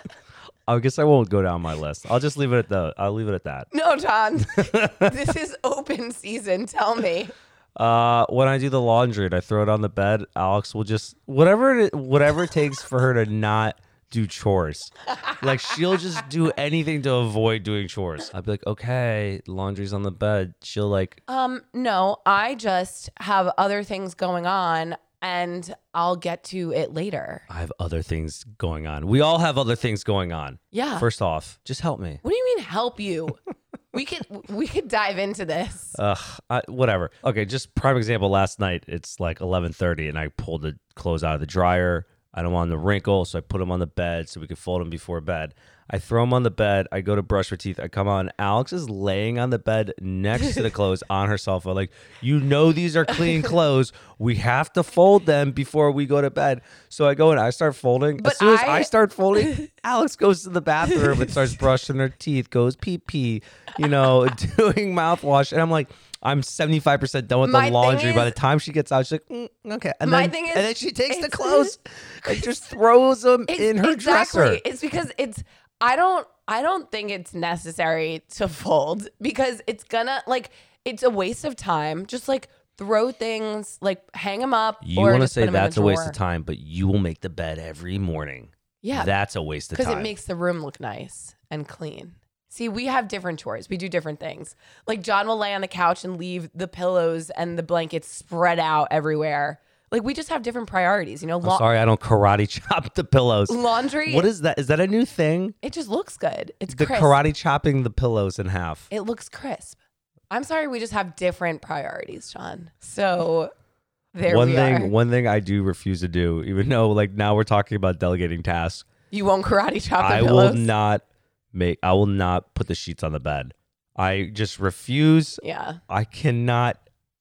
Speaker 1: I guess I won't go down my list. I'll just leave it at the. I'll leave it at that.
Speaker 2: No, John. this is open season. Tell me.
Speaker 1: Uh, when I do the laundry and I throw it on the bed, Alex will just whatever it, whatever it takes for her to not do chores. Like she'll just do anything to avoid doing chores. I'd be like, okay, laundry's on the bed. She'll like,
Speaker 2: Um, no, I just have other things going on and I'll get to it later.
Speaker 1: I have other things going on. We all have other things going on.
Speaker 2: Yeah.
Speaker 1: First off, just help me.
Speaker 2: what do you mean help you? we could we could dive into this.
Speaker 1: Ugh, I, whatever. Okay, just prime example. Last night it's like eleven thirty, and I pulled the clothes out of the dryer. I don't want them to wrinkle, so I put them on the bed so we could fold them before bed. I throw them on the bed. I go to brush my teeth. I come on. Alex is laying on the bed next to the clothes on her cell phone. Like, you know, these are clean clothes. We have to fold them before we go to bed. So I go and I start folding.
Speaker 2: But
Speaker 1: as soon as
Speaker 2: I-
Speaker 1: I start folding, Alex goes to the bathroom and starts brushing her teeth, goes pee pee, you know, doing mouthwash. And I'm like, I'm 75% done with
Speaker 2: My
Speaker 1: the
Speaker 2: thing
Speaker 1: laundry. By the
Speaker 2: is-
Speaker 1: time she gets out, she's like, "Mm, okay. And
Speaker 2: My
Speaker 1: then,
Speaker 2: thing is,
Speaker 1: and then she takes the
Speaker 2: it's-
Speaker 1: clothes and just throws them
Speaker 2: It's-
Speaker 1: in her
Speaker 2: exactly.
Speaker 1: dresser.
Speaker 2: It's because it's I don't I don't think it's necessary to fold because it's gonna like it's a waste of time. Just like throw things like hang them up.
Speaker 1: You
Speaker 2: or
Speaker 1: want to
Speaker 2: just put
Speaker 1: say
Speaker 2: 'em in
Speaker 1: that's a waste
Speaker 2: drawer.
Speaker 1: of time, but you will make the bed every morning.
Speaker 2: Yeah,
Speaker 1: That's a waste of
Speaker 2: because
Speaker 1: time.
Speaker 2: it makes the room look nice and clean. See, we have different chores. We do different things. Like John will lay on the couch and leave the pillows and the blankets spread out everywhere. Like we just have different priorities. You know,
Speaker 1: I'm
Speaker 2: Lau-
Speaker 1: sorry, I don't karate chop the pillows.
Speaker 2: laundry.
Speaker 1: What is that? Is that a new thing?
Speaker 2: it just looks good. It's
Speaker 1: The
Speaker 2: crisp.
Speaker 1: karate chopping the pillows in half.
Speaker 2: It looks crisp. I'm sorry, we just have different priorities, Sean. So there
Speaker 1: one
Speaker 2: we
Speaker 1: thing,
Speaker 2: are.
Speaker 1: one thing I do refuse to do, even though like now we're talking about delegating tasks.
Speaker 2: you won't karate chop the
Speaker 1: I
Speaker 2: pillows.
Speaker 1: will not make. I will not put the sheets on the bed. I just refuse.
Speaker 2: yeah.
Speaker 1: I cannot.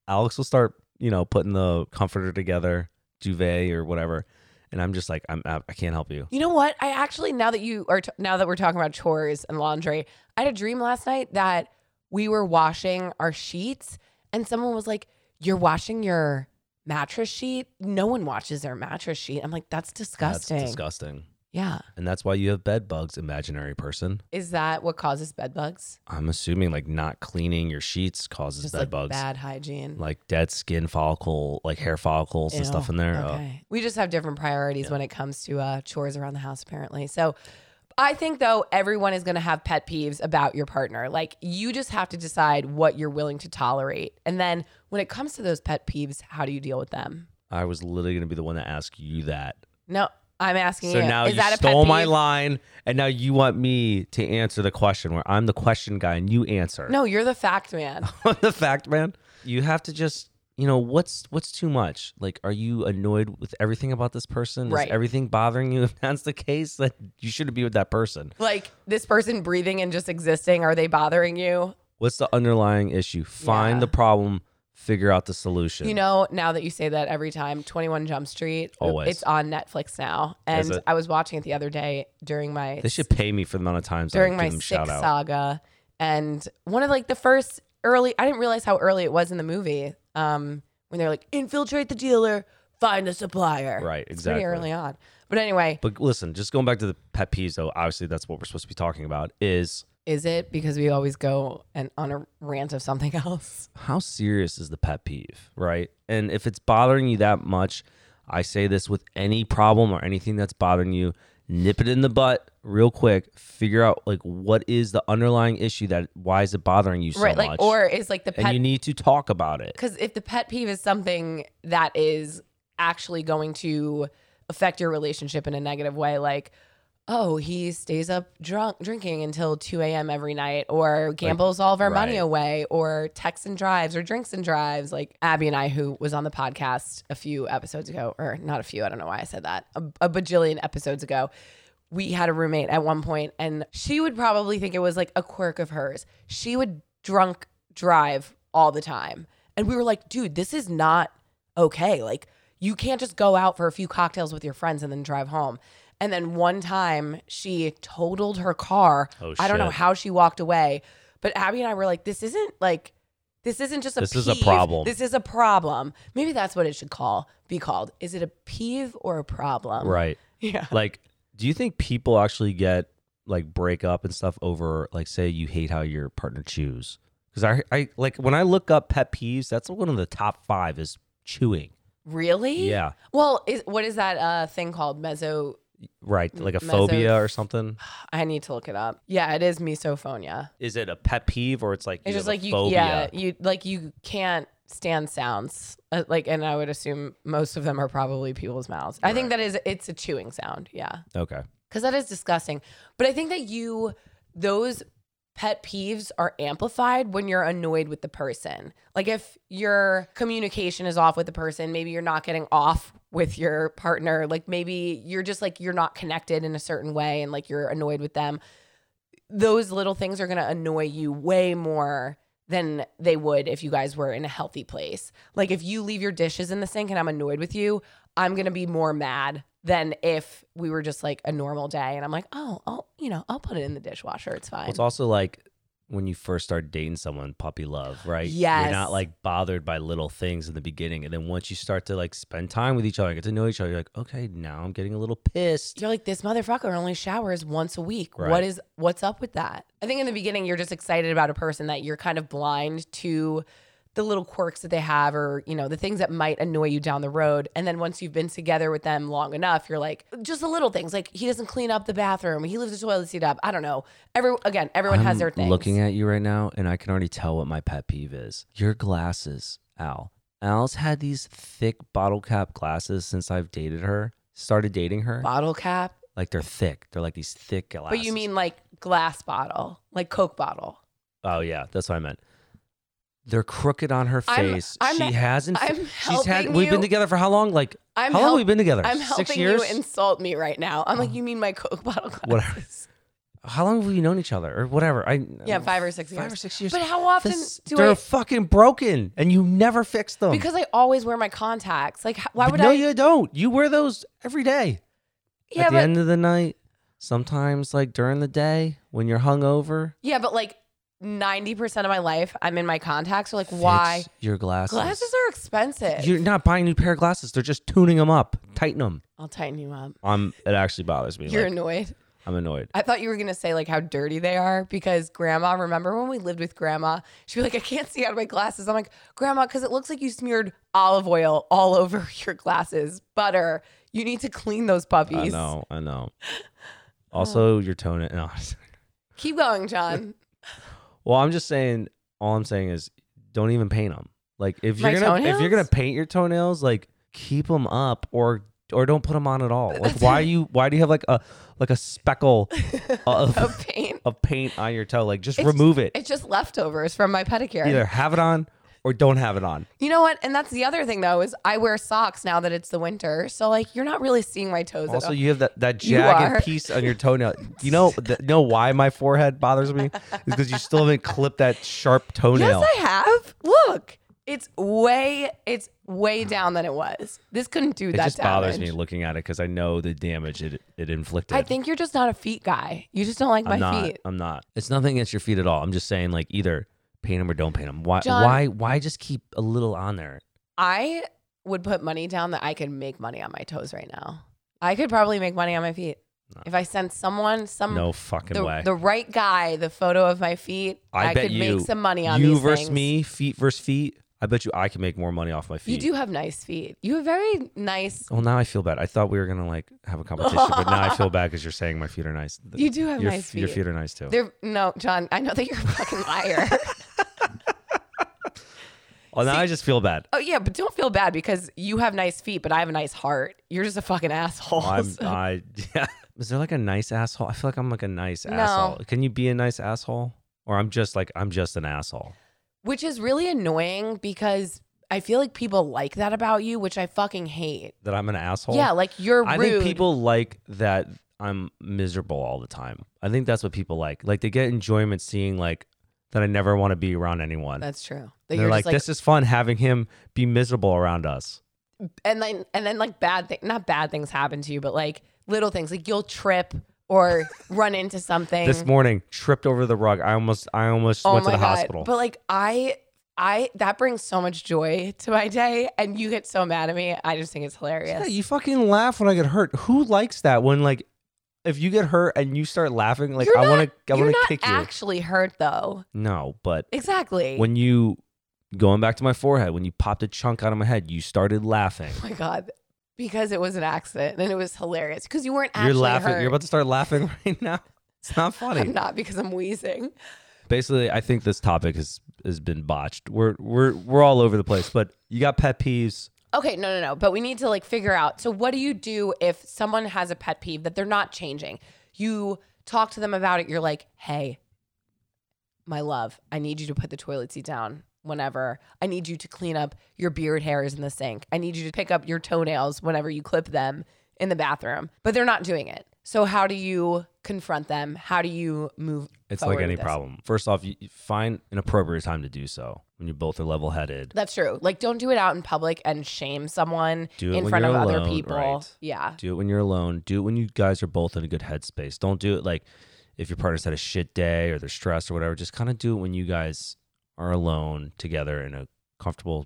Speaker 1: Alex will start, you know, putting the comforter together, duvet or whatever, and I'm just like, I'm, I I can't help you.
Speaker 2: You know what? I actually now that you are t- now that we're talking about chores and laundry, I had a dream last night that we were washing our sheets and someone was like, "You're washing your mattress sheet? No one washes their mattress sheet." I'm like, "That's disgusting."
Speaker 1: That's disgusting.
Speaker 2: yeah.
Speaker 1: And that's why you have bed bugs, imaginary person.
Speaker 2: Is that what causes bed bugs?
Speaker 1: I'm assuming like not cleaning your sheets causes
Speaker 2: Just
Speaker 1: bed
Speaker 2: like
Speaker 1: bugs.
Speaker 2: bad hygiene.
Speaker 1: Like dead skin follicle, like hair follicles and stuff
Speaker 2: Ew.
Speaker 1: in there. Oh.
Speaker 2: Okay. We just have different priorities when it comes to uh, chores around the house, apparently. So I think, though, everyone is going to have pet peeves about your partner. Like, you just have to decide what you're willing to tolerate. And then when it comes to those pet peeves, how do you deal with them?
Speaker 1: I was literally gonna be the one to ask you that.
Speaker 2: No, I'm asking
Speaker 1: So
Speaker 2: you.
Speaker 1: now
Speaker 2: is
Speaker 1: you
Speaker 2: that a
Speaker 1: stole
Speaker 2: pet
Speaker 1: my
Speaker 2: peeve?
Speaker 1: line, and now you want me to answer the question where I'm the question guy and you answer.
Speaker 2: No, you're the fact man.
Speaker 1: on the fact, man. You have to just, you know, what's what's too much? Like, are you annoyed with everything about this person?
Speaker 2: Right.
Speaker 1: Is everything bothering you? If that's the case, then you shouldn't be with that person.
Speaker 2: like, this person breathing and just existing, are they bothering you?
Speaker 1: What's the underlying issue? Find
Speaker 2: Yeah.
Speaker 1: the problem, figure out the solution.
Speaker 2: You know, now that you say that every time, 21 Jump Street,
Speaker 1: Always.
Speaker 2: it's on Netflix now.
Speaker 1: Is
Speaker 2: And
Speaker 1: it?
Speaker 2: I was watching it the other day during my
Speaker 1: they should pay me for the amount of times
Speaker 2: during
Speaker 1: I
Speaker 2: my
Speaker 1: give them
Speaker 2: sick
Speaker 1: shout out.
Speaker 2: saga and one of like the first early i didn't realize how early it was in the movie um when they're like infiltrate the dealer find the supplier
Speaker 1: Right,
Speaker 2: It's
Speaker 1: exactly.
Speaker 2: pretty early on but anyway
Speaker 1: But listen, just going back to the pet peeves, though, obviously that's what we're supposed to be talking about. Is
Speaker 2: is it because we always go and on a rant of something else
Speaker 1: how serious is the pet peeve, right? And if it's bothering you that much, I say this with any problem or anything that's bothering you, nip it in the butt real quick. Figure out like what is the underlying issue that why is it bothering you so
Speaker 2: right like
Speaker 1: much,
Speaker 2: or is like the
Speaker 1: and
Speaker 2: pet
Speaker 1: you need to talk about it.
Speaker 2: because if the pet peeve is something that is actually going to affect your relationship in a negative way, like, oh, he stays up drunk drinking until 2 a.m. every night, or gambles all of our money
Speaker 1: right.
Speaker 2: away, or texts and drives, or drinks and drives, like Abby and I, who was on the podcast a few episodes ago, or not a few, I don't know why I said that, a, a bajillion episodes ago. We had a roommate at one point, and she would probably think it was like a quirk of hers. She would drunk drive all the time. And we were like, dude, this is not okay. Like, you can't just go out for a few cocktails with your friends and then drive home. And then one time she totaled her car.
Speaker 1: Oh,
Speaker 2: I don't know
Speaker 1: shit.
Speaker 2: how she walked away, but Abby and I were like, this isn't like, this isn't just a
Speaker 1: This is a
Speaker 2: peeve.
Speaker 1: problem.
Speaker 2: This is a problem. Maybe that's what it should call be called. Is it a peeve or a problem?
Speaker 1: Right.
Speaker 2: Yeah.
Speaker 1: Like, do you think people actually get like break up and stuff over like say you hate how your partner chews? Because I, I like when I look up pet peeves, that's one of the top five is chewing.
Speaker 2: Really?
Speaker 1: Yeah.
Speaker 2: Well, is, what is that uh, thing called? Meso.
Speaker 1: Right. Like a
Speaker 2: Meso-
Speaker 1: phobia or something.
Speaker 2: I need to look it up. Yeah, it is misophonia.
Speaker 1: is it a pet peeve or it's like you
Speaker 2: It's just
Speaker 1: have a
Speaker 2: like you,
Speaker 1: phobia.
Speaker 2: yeah, you like you can't stand sounds. Uh, like, and I would assume most of them are probably people's mouths. I think that is it's a chewing sound. Yeah,
Speaker 1: Okay.
Speaker 2: because that is disgusting. But I think that you those pet peeves are amplified when you're annoyed with the person. Like if your communication is off with the person, maybe you're not getting off with your partner, like maybe you're just like you're not connected in a certain way and like you're annoyed with them. Those little things are going to annoy you way more than they would if you guys were in a healthy place. Like if you leave your dishes in the sink and I'm annoyed with you, I'm going to be more mad than if we were just like a normal day and I'm like, "Oh, I'll, you know, I'll put it in the dishwasher. It's fine."
Speaker 1: Well, it's also like when you first start dating someone, puppy love, right?
Speaker 2: Yes.
Speaker 1: You're not like bothered by little things in the beginning. And then once you start to like spend time with each other, get to know each other, you're like, okay, now I'm getting a little pissed.
Speaker 2: you're like this motherfucker only showers once a week what
Speaker 1: Right.
Speaker 2: is what's up with that i think in the beginning you're just excited about a person that you're kind of blind to the little quirks that they have or you know the things that might annoy you down the road and then once you've been together with them long enough you're like just the little things like he doesn't clean up the bathroom he leaves the toilet seat up i don't know every again everyone has
Speaker 1: I'm
Speaker 2: their things
Speaker 1: looking at you right now, and I can already tell what my pet peeve is. Your glasses, Al. Al's had these thick bottle cap glasses since I've dated her, started dating her.
Speaker 2: bottle cap
Speaker 1: Like they're thick. They're like these thick glasses.
Speaker 2: but you mean like glass bottle like coke bottle
Speaker 1: Oh yeah, that's what I meant. They're crooked on her
Speaker 2: I'm-
Speaker 1: face.
Speaker 2: I'm-
Speaker 1: she hasn't. fi-
Speaker 2: I'm
Speaker 1: she's had.
Speaker 2: helping
Speaker 1: We've
Speaker 2: you.
Speaker 1: been together for how long? Like
Speaker 2: i'm
Speaker 1: how long
Speaker 2: help-
Speaker 1: we been together?
Speaker 2: i'm
Speaker 1: Six
Speaker 2: helping
Speaker 1: years. Oh.
Speaker 2: you insult me right now i'm like you mean my coke bottle glasses?
Speaker 1: Whatever. how long have we known each other or whatever? I uh,
Speaker 2: Yeah, five or six
Speaker 1: Five
Speaker 2: years.
Speaker 1: or six years.
Speaker 2: But how often
Speaker 1: This-
Speaker 2: do
Speaker 1: they're
Speaker 2: I?
Speaker 1: fucking broken, and you never fix them.
Speaker 2: Because I always wear my contacts. Like, h- why
Speaker 1: But
Speaker 2: would
Speaker 1: no,
Speaker 2: I?
Speaker 1: you don't. You wear those every day.
Speaker 2: yeah,
Speaker 1: At the
Speaker 2: but
Speaker 1: end of the night, sometimes like during the day when you're hungover.
Speaker 2: yeah, but like ninety percent of my life, I'm in my contacts. So like, why?
Speaker 1: fix your glasses?
Speaker 2: Glasses are expensive.
Speaker 1: You're not buying a new pair of glasses. They're just tuning them up, tighten them.
Speaker 2: I'll tighten you up.
Speaker 1: I'm. It actually bothers me.
Speaker 2: You're
Speaker 1: Like,
Speaker 2: annoyed.
Speaker 1: I'm annoyed.
Speaker 2: I thought you were gonna say like how dirty they are because grandma. Remember when we lived with grandma? She'd be like, I can't see out of my glasses. I'm like, grandma, because it looks like you smeared olive oil all over your glasses, butter. You need to clean those
Speaker 1: I
Speaker 2: puppies.
Speaker 1: know. I know.
Speaker 2: Oh.
Speaker 1: Also, your tone. No.
Speaker 2: Keep going, John.
Speaker 1: Well, I'm just saying. All I'm saying is, don't even paint them. Like if
Speaker 2: My
Speaker 1: you're gonna if you're gonna
Speaker 2: toenails?
Speaker 1: paint your toenails, like keep them up or or don't put them on at all. Like
Speaker 2: That's-
Speaker 1: why you why do you have like a like a speckle
Speaker 2: A
Speaker 1: of
Speaker 2: pain.
Speaker 1: of paint on your toe? Like just
Speaker 2: It's-
Speaker 1: remove it.
Speaker 2: It's just leftovers from my pedicure.
Speaker 1: Either have it on or don't have it on.
Speaker 2: You know what? And that's the other thing though is I wear socks now that it's the winter, so like you're not really seeing my toes.
Speaker 1: Also,
Speaker 2: at all.
Speaker 1: you have that, that
Speaker 2: You are-
Speaker 1: jagged piece on your toenail. You know, th- know why my forehead bothers me? Is because you still haven't clipped that sharp toenail.
Speaker 2: yes, I have. Look, it's way it's way down than it was. This couldn't do
Speaker 1: It
Speaker 2: that.
Speaker 1: just bothers me
Speaker 2: damage.
Speaker 1: looking at it because I know the damage it, it inflicted.
Speaker 2: I think you're just not a feet guy. You just don't like my
Speaker 1: I'm not.
Speaker 2: feet.
Speaker 1: I'm not. It's nothing against your feet at all. I'm just saying, like, either paint them or don't paint them. Why?
Speaker 2: John-
Speaker 1: why? Why just keep a little on there?
Speaker 2: I would put money down that I could make money on my toes right now. I could probably make money on my feet. If I sent someone some
Speaker 1: No fucking
Speaker 2: Um, the,
Speaker 1: way.
Speaker 2: the right guy the photo of my feet, I,
Speaker 1: I bet
Speaker 2: could
Speaker 1: you-
Speaker 2: make some money on
Speaker 1: you
Speaker 2: these
Speaker 1: versus
Speaker 2: things.
Speaker 1: me, feet versus feet. I bet you I can make more money off my feet.
Speaker 2: You do have nice feet. You have very nice.
Speaker 1: Well, now I feel bad. I thought we were gonna like have a competition, but now I feel bad because you're saying my feet are nice.
Speaker 2: You do have
Speaker 1: your,
Speaker 2: nice feet.
Speaker 1: Your feet are nice too.
Speaker 2: They're no, John. I know that you're a fucking liar.
Speaker 1: Well, now I just feel bad.
Speaker 2: oh yeah, but don't feel bad because you have nice feet, but I have a nice heart. You're just a fucking asshole.
Speaker 1: I'm, I yeah. Is there like a nice asshole? I feel like I'm like a nice
Speaker 2: No.
Speaker 1: asshole. Can you be a nice asshole? Or I'm just like I'm just an asshole.
Speaker 2: which is really annoying because I feel like people like that about you, which I fucking hate.
Speaker 1: That I'm an asshole.
Speaker 2: Yeah, like you're
Speaker 1: I
Speaker 2: rude.
Speaker 1: think people like that I'm miserable all the time. I think that's what people like. Like they get enjoyment seeing like that I never want to be around anyone.
Speaker 2: That's true. That
Speaker 1: And
Speaker 2: you're
Speaker 1: they're
Speaker 2: just
Speaker 1: like, this is fun having him be miserable around us.
Speaker 2: and then and then like bad thing, not bad things happen to you, but like little things, like you'll trip or run into something.
Speaker 1: this morning tripped over the rug. I almost I almost
Speaker 2: Oh
Speaker 1: went to the hospital.
Speaker 2: But like I I that brings so much joy to my day and you get so mad at me. I just think it's
Speaker 1: yeah,
Speaker 2: hilarious.
Speaker 1: you fucking laugh when I get hurt. Who likes that when like if you get hurt and you start laughing like
Speaker 2: You're
Speaker 1: I
Speaker 2: not-
Speaker 1: want to I
Speaker 2: You're
Speaker 1: want to
Speaker 2: not
Speaker 1: kick
Speaker 2: actually hurt though.
Speaker 1: you. No, but
Speaker 2: Exactly.
Speaker 1: when you going back to my forehead, when you popped a chunk out of my head, you started laughing.
Speaker 2: oh my god. Because it was an accident and it was hilarious. Because you weren't actually
Speaker 1: You're laughing.
Speaker 2: hurt.
Speaker 1: You're about to start laughing right now. It's not funny.
Speaker 2: I'm not because I'm wheezing.
Speaker 1: Basically, I think this topic has has been botched. We're we're we're all over the place, but you got pet peeves.
Speaker 2: Okay, no, no, no. But we need to like figure out. So, what do you do if someone has a pet peeve that they're not changing? You talk to them about it. You're like, hey, my love, I need you to put the toilet seat down whenever. I need you to clean up your beard hairs in the sink. I need you to pick up your toenails whenever you clip them in the bathroom. But they're not doing it. So how do you confront them? How do you move?
Speaker 1: It's
Speaker 2: forward
Speaker 1: like any
Speaker 2: with this?
Speaker 1: problem. First off, you you find an appropriate time to do so when you both are level headed.
Speaker 2: That's true. Like, don't do it out in public and shame someone
Speaker 1: Do it
Speaker 2: in
Speaker 1: when
Speaker 2: front of
Speaker 1: you're
Speaker 2: other
Speaker 1: alone,
Speaker 2: people.
Speaker 1: right.
Speaker 2: Yeah.
Speaker 1: Do it when you're alone. Do it when you guys are both in a good headspace. Don't do it like if your partner's had a shit day or they're stressed or whatever. Just kind of do it when you guys are alone together in a comfortable,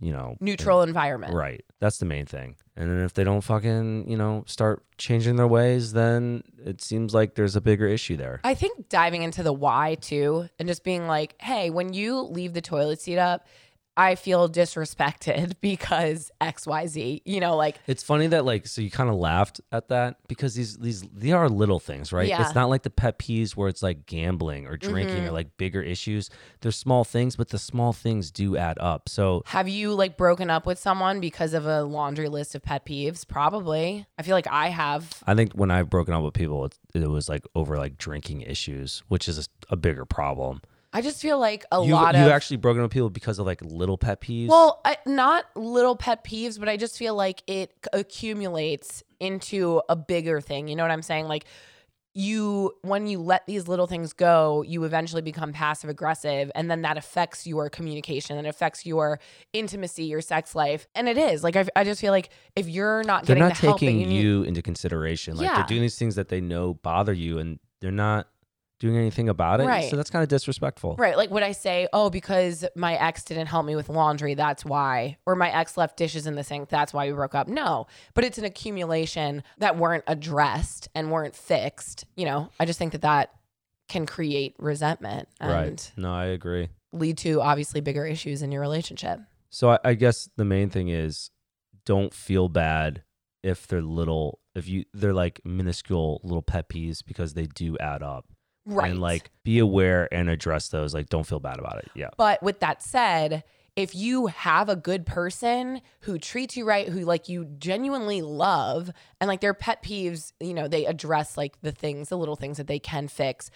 Speaker 1: you know,
Speaker 2: Neutral environment.
Speaker 1: Right. That's the main thing. And then if they don't fucking, you know, start changing their ways, then it seems like there's a bigger issue there.
Speaker 2: I think diving into the why too and just being like, hey, when you leave the toilet seat up, I feel disrespected because XYZ, you know, like
Speaker 1: It's funny that like so you kind of laughed at that because these these they are little things, right?
Speaker 2: Yeah. Mm-hmm.
Speaker 1: It's not like the pet peeves where it's like gambling or drinking or like bigger issues. They're small things, but the small things do add up. So
Speaker 2: Have you like broken up with someone because of a laundry list of pet peeves? Probably. I feel like I have.
Speaker 1: I think when I've broken up with people, it, it was like over like drinking issues, which is a, a bigger problem.
Speaker 2: I just feel like a
Speaker 1: You
Speaker 2: lot
Speaker 1: you
Speaker 2: of
Speaker 1: actually broken up with people because of like little pet peeves.
Speaker 2: well, I, not little pet peeves, but I just feel like it c- accumulates into a bigger thing. You know what I'm saying? Like you when you let these little things go, you eventually become passive aggressive and then that affects your communication and affects your intimacy, your sex life. And it is. Like I, I just feel like if you're not
Speaker 1: they're
Speaker 2: getting
Speaker 1: not
Speaker 2: the help that
Speaker 1: taking
Speaker 2: you need,
Speaker 1: you into consideration. Like
Speaker 2: Yeah.
Speaker 1: they're doing these things that they know bother you, and they're not doing anything about it.
Speaker 2: Right.
Speaker 1: So that's kind of disrespectful.
Speaker 2: Right. Like, would I say, oh, because my ex didn't help me with laundry, that's why, or my ex left dishes in the sink, that's why we broke up? No, but it's an accumulation that weren't addressed and weren't fixed. You know, I just think that that can create resentment and
Speaker 1: Right. No, I agree.
Speaker 2: lead to obviously bigger issues in your relationship.
Speaker 1: So I, I guess the main thing is don't feel bad if they're little, if you they're like minuscule little pet peeves because they do add up.
Speaker 2: Right.
Speaker 1: And like be aware and address those. Like don't feel bad about it. Yeah.
Speaker 2: But with that said, if you have a good person who treats you right, who like you genuinely love, and like their pet peeves, you know, they address like the things, the little things that they can fix.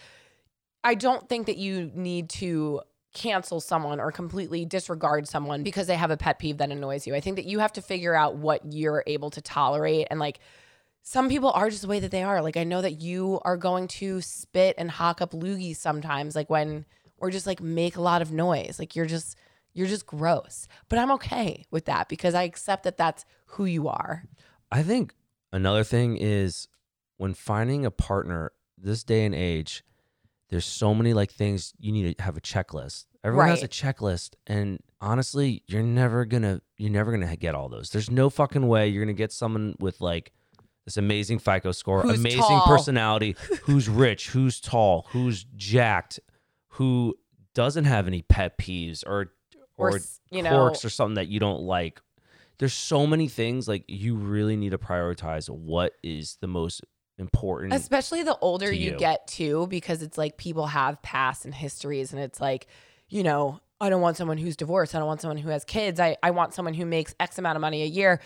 Speaker 2: I don't think that you need to cancel someone or completely disregard someone because they have a pet peeve that annoys you. I think that you have to figure out what you're able to tolerate and like some people are just the way that they are. Like I know that you are going to spit and hock up loogies sometimes, like when or just like make a lot of noise. Like you're just you're just gross. But I'm okay with that because I accept that that's who you are.
Speaker 1: I think another thing is when finding a partner this day and age, there's so many like things you need to have a checklist. Everyone has a
Speaker 2: Right.
Speaker 1: checklist, and honestly, you're never gonna you're never gonna get all those. There's no fucking way you're gonna get someone with like this amazing FICO score,
Speaker 2: Who's
Speaker 1: amazing
Speaker 2: tall.
Speaker 1: personality, who's rich, who's tall, who's jacked, who doesn't have any pet peeves or
Speaker 2: Or,
Speaker 1: or,
Speaker 2: s- you know-
Speaker 1: quirks or something that you don't like. There's so many things like you really need to prioritize what is the most important.
Speaker 2: Especially the older
Speaker 1: to
Speaker 2: you.
Speaker 1: you.
Speaker 2: get too, because it's like people have pasts and histories, and it's like, you know, I don't want someone who's divorced. I don't want someone who has kids. I, I want someone who makes X amount of money a year.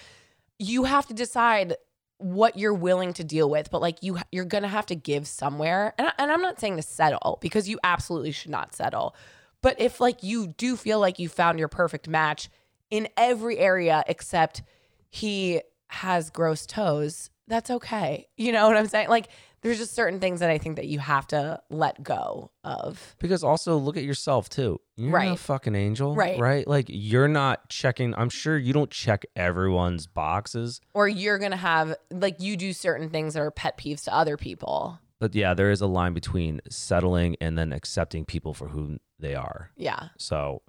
Speaker 2: You have to decide what you're willing to deal with, but like you, you're gonna have to give somewhere. And, I, and I'm not saying to settle because you absolutely should not settle. But if like you do feel like you found your perfect match in every area except he has gross toes, that's okay. You know what I'm saying? Like there's just certain things that I think that you have to let go of.
Speaker 1: because also look at yourself too. You're no
Speaker 2: Right.
Speaker 1: fucking angel,
Speaker 2: Right.
Speaker 1: Right? Like you're not checking. I'm sure you don't check everyone's boxes,
Speaker 2: Or you're going to have like you do certain things that are pet peeves to other people.
Speaker 1: but yeah, there is a line between settling and then accepting people for whom they are.
Speaker 2: Yeah.
Speaker 1: So,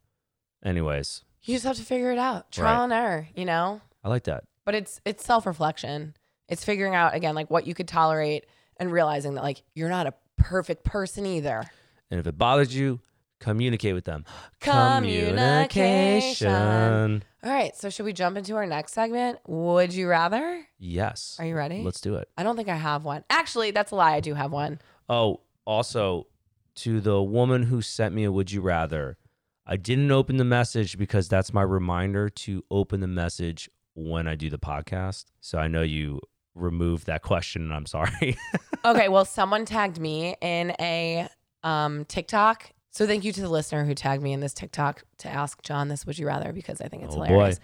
Speaker 1: anyways,
Speaker 2: You just have to figure it out. Trial
Speaker 1: Right.
Speaker 2: and error, you know?
Speaker 1: I like that.
Speaker 2: But it's it's self-reflection. It's figuring out again like what you could tolerate and realizing that like you're not a perfect person either.
Speaker 1: And if it bothers you, communicate with them.
Speaker 2: Communication. All right, so should we jump into our next segment? Would you rather?
Speaker 1: Yes.
Speaker 2: Are you ready?
Speaker 1: Let's do it.
Speaker 2: I don't think I have one. Actually, that's a lie. I do have one.
Speaker 1: Oh, also to the woman who sent me a would you rather, I didn't open the message because that's my reminder to open the message when I do the podcast. So I know you removed that question and I'm sorry.
Speaker 2: okay, well, someone tagged me in a um, TikTok So thank you to the listener who tagged me in this TikTok to ask John this would you rather because I think it's
Speaker 1: Oh, boy.
Speaker 2: hilarious.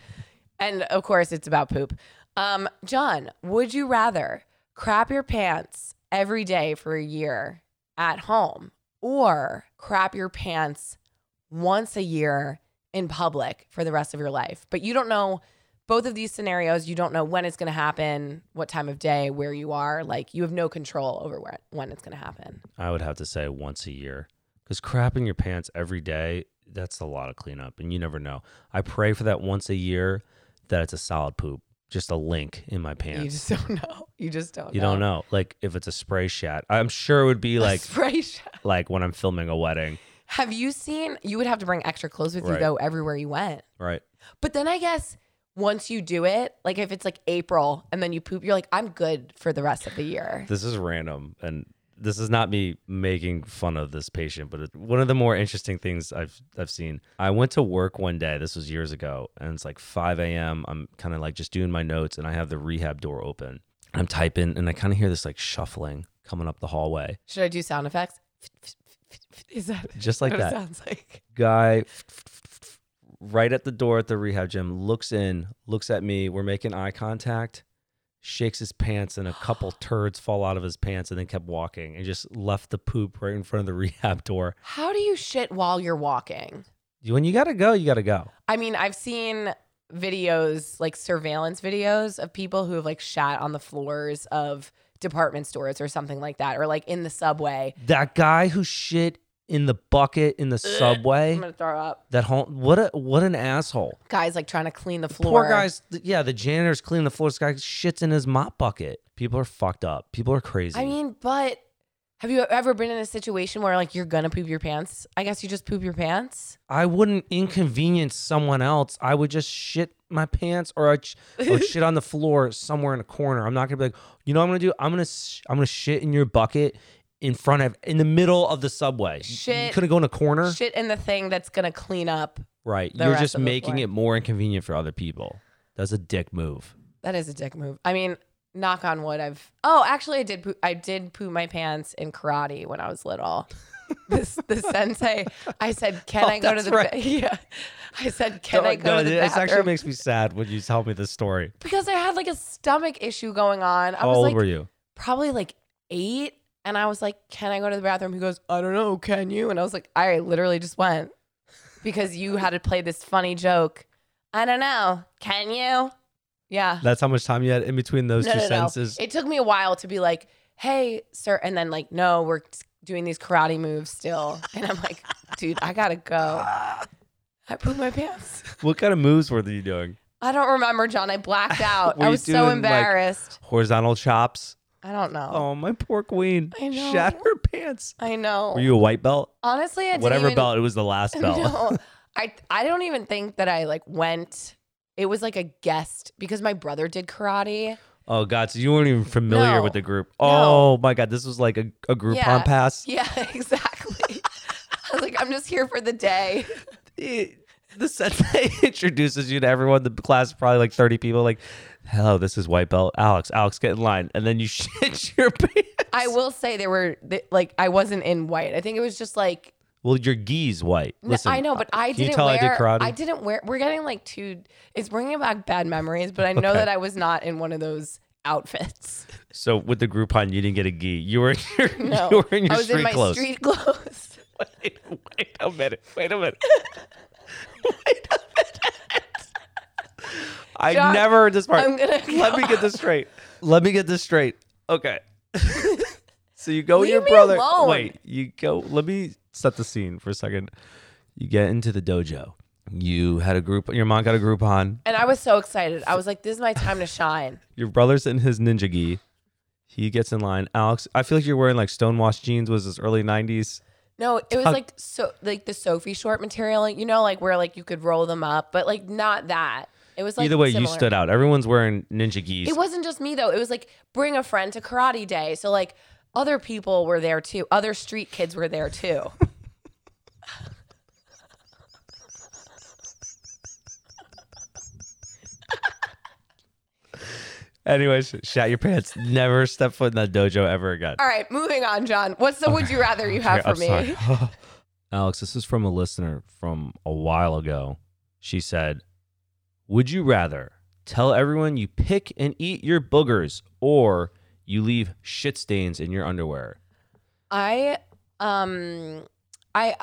Speaker 2: And of course it's about poop. Um, John, would you rather crap your pants every day for a year at home or crap your pants once a year in public for the rest of your life? But you don't know both of these scenarios, you don't know when it's going to happen, what time of day, where you are. Like you have no control over where, when it's going to happen.
Speaker 1: I would have to say once a year. Because crapping your pants every day, that's a lot of cleanup, and you never know. I pray for that once a year that it's a solid poop, just a link in my pants.
Speaker 2: You just don't know. You just don't.
Speaker 1: You don't know, like if it's a spray shot. I'm sure it would be
Speaker 2: A
Speaker 1: like
Speaker 2: spray shot.
Speaker 1: like when I'm filming a wedding,
Speaker 2: Have you seen? You would have to bring extra clothes with you
Speaker 1: Right.
Speaker 2: though everywhere you went.
Speaker 1: right?
Speaker 2: But then I guess once you do it, like if it's like April and then you poop, you're like, I'm good for the rest of the year.
Speaker 1: This is random, and this is not me making fun of this patient, but it, one of the more interesting things I've I've seen. I went to work one day. This was years ago, and it's like 5 a.m. I'm kind of like just doing my notes, and I have the rehab door open. I'm typing, and I kind of hear this like shuffling coming up the hallway,
Speaker 2: Should I do sound effects? Is that
Speaker 1: just like
Speaker 2: what
Speaker 1: that.
Speaker 2: it sounds like?
Speaker 1: guy right at the door at the rehab gym looks in, looks at me. We're making eye contact, shakes his pants, and a couple turds fall out of his pants, and then kept walking and just left the poop right in front of the rehab door.
Speaker 2: How do you shit while you're walking?
Speaker 1: When you gotta go, you gotta go.
Speaker 2: I mean, I've seen videos, like surveillance videos of people who have like shat on the floors of department stores or something like that, or like in the subway.
Speaker 1: That guy who shit in the bucket in the subway.
Speaker 2: I'm gonna throw up.
Speaker 1: That whole what a what an asshole.
Speaker 2: Guys like trying to clean the floor.
Speaker 1: Poor guys. th- Yeah, the janitor's cleaning the floor. This guy shits in his mop bucket. People are fucked up. People are crazy.
Speaker 2: I mean, but have you ever been in a situation where like you're gonna poop your pants? I guess you just poop your pants.
Speaker 1: I wouldn't inconvenience someone else. I would just shit my pants or I sh- or shit on the floor somewhere in a corner. I'm not gonna be like, you know, what I'm gonna do. I'm gonna sh- I'm gonna shit in your bucket in front of in the middle of the subway. You- you
Speaker 2: Shit.
Speaker 1: couldn't go in a corner,
Speaker 2: Shit in the thing that's gonna clean up.
Speaker 1: right?
Speaker 2: the
Speaker 1: You're
Speaker 2: rest
Speaker 1: just
Speaker 2: of the
Speaker 1: making
Speaker 2: floor.
Speaker 1: it more inconvenient for other people. That's a dick move.
Speaker 2: That is a dick move. I mean, knock on wood. I've oh, actually, I did. Poo- I did poo my pants in karate when I was little. this the sensei. I said, "Can
Speaker 1: Oh,
Speaker 2: I go to
Speaker 1: that's
Speaker 2: the
Speaker 1: right.
Speaker 2: ba-" yeah?" I said, "Can I
Speaker 1: No,
Speaker 2: go to the
Speaker 1: it
Speaker 2: bathroom?"
Speaker 1: actually makes me sad when you tell me this story.
Speaker 2: because I had like a stomach issue going on. I
Speaker 1: How
Speaker 2: was
Speaker 1: old
Speaker 2: like
Speaker 1: were you?
Speaker 2: probably like eight, and I was like, "Can I go to the bathroom?" He goes, "I don't know. Can you?" And I was like, "I literally just went because you had to play this funny joke. I don't know. Can you?" Yeah.
Speaker 1: That's how much time you had in between those two sentences.
Speaker 2: It took me a while to be like, hey, sir. And then, like, no, we're doing these karate moves still. And I'm like, dude, I gotta go. I pooped my pants.
Speaker 1: What kind of moves were you doing?
Speaker 2: I don't remember, John. I blacked out.
Speaker 1: Were
Speaker 2: I
Speaker 1: you
Speaker 2: was
Speaker 1: doing,
Speaker 2: so
Speaker 1: like-
Speaker 2: embarrassed.
Speaker 1: Horizontal chops.
Speaker 2: I don't know.
Speaker 1: Oh, my poor queen.
Speaker 2: I know.
Speaker 1: Shat her pants.
Speaker 2: I know.
Speaker 1: Were you a white belt?
Speaker 2: Honestly, I didn't
Speaker 1: Whatever
Speaker 2: even-
Speaker 1: belt, it was the last belt.
Speaker 2: No, I I don't even think that I like went. It was like a guest because my brother did karate.
Speaker 1: Oh God, so you weren't even familiar
Speaker 2: No.
Speaker 1: with the group.
Speaker 2: No.
Speaker 1: Oh my God, this was like a, a Groupon
Speaker 2: Yeah.
Speaker 1: pass.
Speaker 2: Yeah, exactly. I was like, I'm just here for the day.
Speaker 1: It- the sensei introduces you to everyone. The class probably like thirty people. Like, hello, this is white belt Alex. Alex, get in line, and then you shit your pants.
Speaker 2: I will say there were th- like I wasn't in white. I think it was just like
Speaker 1: well, your gi's white.
Speaker 2: n-
Speaker 1: Listen, uh,
Speaker 2: I know, but I
Speaker 1: can
Speaker 2: didn't
Speaker 1: you tell
Speaker 2: wear.
Speaker 1: I did karate?
Speaker 2: didn't wear. We're getting like two. It's bringing back bad memories, but I know
Speaker 1: Okay.
Speaker 2: that I was not in one of those outfits.
Speaker 1: So with the Groupon, you didn't get a gi. You were in your,
Speaker 2: No,
Speaker 1: you were in your
Speaker 2: I was
Speaker 1: street
Speaker 2: in my
Speaker 1: clothes.
Speaker 2: street clothes.
Speaker 1: Wait, wait a minute. Wait a minute. Wait a minute. I
Speaker 2: John,
Speaker 1: never heard this part.
Speaker 2: I'm gonna
Speaker 1: Let me get this straight. Let me get this straight. Okay. so you go with
Speaker 2: Leave
Speaker 1: your
Speaker 2: me
Speaker 1: brother.
Speaker 2: alone.
Speaker 1: Wait, you go. Let me set the scene for a second. You get into the dojo. You had a group. Your mom got a group on.
Speaker 2: And I was so excited. I was like, "This is my time to shine."
Speaker 1: Your brother's in his ninja gi. He gets in line. Alex, I feel like you're wearing like stonewashed jeans. Was this early '90s?
Speaker 2: No, it was like so, like the Sophie short material. You know, like where like you could roll them up, but like not that. It was like
Speaker 1: Either way, you
Speaker 2: similar.
Speaker 1: stood out. Everyone's wearing ninja gis.
Speaker 2: It wasn't just me though. It was like bring a friend to karate day. So like other people were there too. Other street kids were there too.
Speaker 1: Anyways, shat your pants. Never step foot in that dojo ever again.
Speaker 2: All right, moving on, John. What's the would you rather you have
Speaker 1: Okay,
Speaker 2: for me?
Speaker 1: I'm sorry. Alex, this is from a listener from a while ago. She said, Would you rather tell everyone you pick and eat your boogers or you leave shit stains in your underwear?
Speaker 2: I um I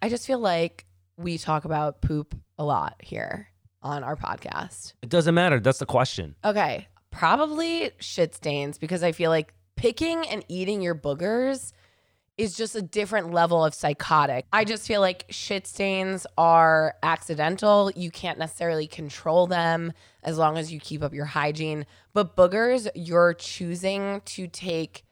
Speaker 2: I just feel like we talk about poop a lot here on our podcast.
Speaker 1: It doesn't matter. That's the question.
Speaker 2: Okay, probably shit stains because I feel like picking and eating your boogers is just a different level of psychotic. I just feel like shit stains are accidental. You can't necessarily control them as long as you keep up your hygiene. But boogers, you're choosing to take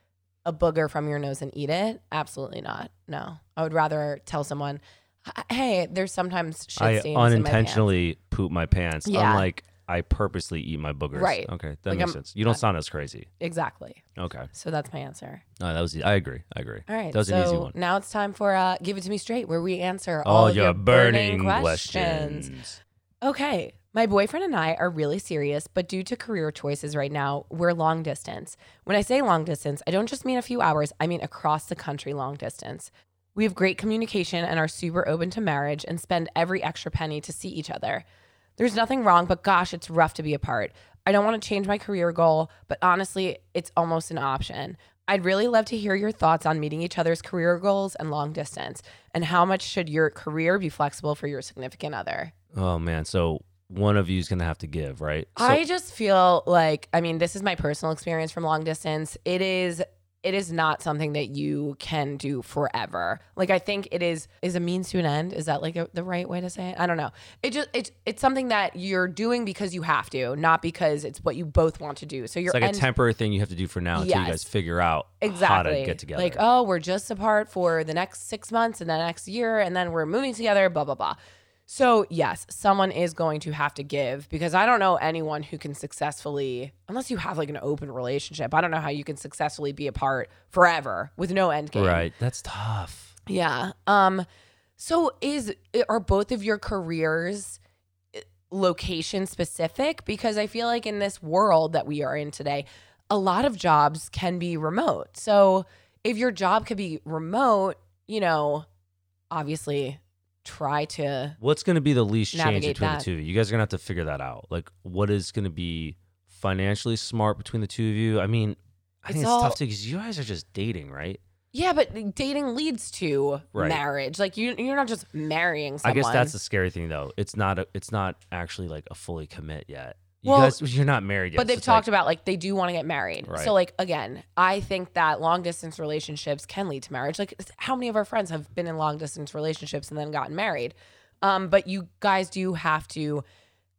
Speaker 2: a booger from your nose and eat it? Absolutely not. No. I would rather tell someone, "H- "Hey, there's sometimes shit
Speaker 1: I
Speaker 2: stains in my pants."
Speaker 1: unintentionally poop my pants,
Speaker 2: Yeah.
Speaker 1: unlike I purposely eat my boogers.
Speaker 2: Right.
Speaker 1: Okay. That
Speaker 2: Like,
Speaker 1: makes
Speaker 2: I'm-
Speaker 1: sense. You don't sound as crazy.
Speaker 2: Exactly.
Speaker 1: Okay.
Speaker 2: So that's my answer.
Speaker 1: No, that was, e- I agree. I agree.
Speaker 2: All right.
Speaker 1: That was
Speaker 2: so
Speaker 1: an easy one.
Speaker 2: now it's time for uh, Give It To Me Straight, where we answer all,
Speaker 1: All
Speaker 2: of
Speaker 1: your, Oh, burning, questions.
Speaker 2: Okay. My boyfriend and I are really serious, but due to career choices right now, we're long distance. When I say long distance, I don't just mean a few hours, I mean across the country long distance. We have great communication and are super open to marriage and spend every extra penny to see each other. There's nothing wrong, but gosh, it's rough to be apart. I don't want to change my career goal, but honestly, it's almost an option. I'd really love to hear your thoughts on meeting each other's career goals and long distance, and how much should your career be flexible for your significant other?
Speaker 1: Oh, man. So one of you is going to have to give, right? So,
Speaker 2: I just feel like I mean this is my personal experience from long distance. It is it is not something that you can do forever. Like I think it is is a means to an end. Is that like a, the right way to say it? I don't know. It just it's it's something that you're doing because you have to, not because it's what you both want to do. So you're
Speaker 1: it's like
Speaker 2: end-
Speaker 1: a temporary thing you have to do for now until you
Speaker 2: Yes.
Speaker 1: guys figure out
Speaker 2: exactly
Speaker 1: how to get together.
Speaker 2: Like, oh, we're just apart for the next six months and the next year, and then we're moving together, blah, blah, blah. So, yes, someone is going to have to give because I don't know anyone who can successfully, unless you have like an open relationship, I don't know how you can successfully be apart forever with no end game.
Speaker 1: right. That's tough.
Speaker 2: Yeah. Um so is are both of your careers location specific because I feel like in this world that we are in today, a lot of jobs can be remote. So if your job could be remote, you know, obviously try to
Speaker 1: What's going to be the least change
Speaker 2: Navigate
Speaker 1: between
Speaker 2: that.
Speaker 1: the two of you? You guys are going to have to figure that out. Like, what is going to be financially smart between the two of you? I mean, I
Speaker 2: It's
Speaker 1: think it's
Speaker 2: all-
Speaker 1: tough too because you guys are just dating, right?
Speaker 2: Yeah, but dating leads to
Speaker 1: Right.
Speaker 2: marriage. Like you you're not just marrying someone.
Speaker 1: I guess that's the scary thing, though. It's not. A, it's not actually like a fully commit yet. You
Speaker 2: Well,
Speaker 1: guys, you're not married yet.
Speaker 2: but
Speaker 1: so
Speaker 2: they've
Speaker 1: it's like-
Speaker 2: talked about like they do want to get married.
Speaker 1: Right.
Speaker 2: So like again, I think that long distance relationships can lead to marriage. Like it's- how many of our friends have been in long distance relationships and then gotten married? Um, but you guys do have to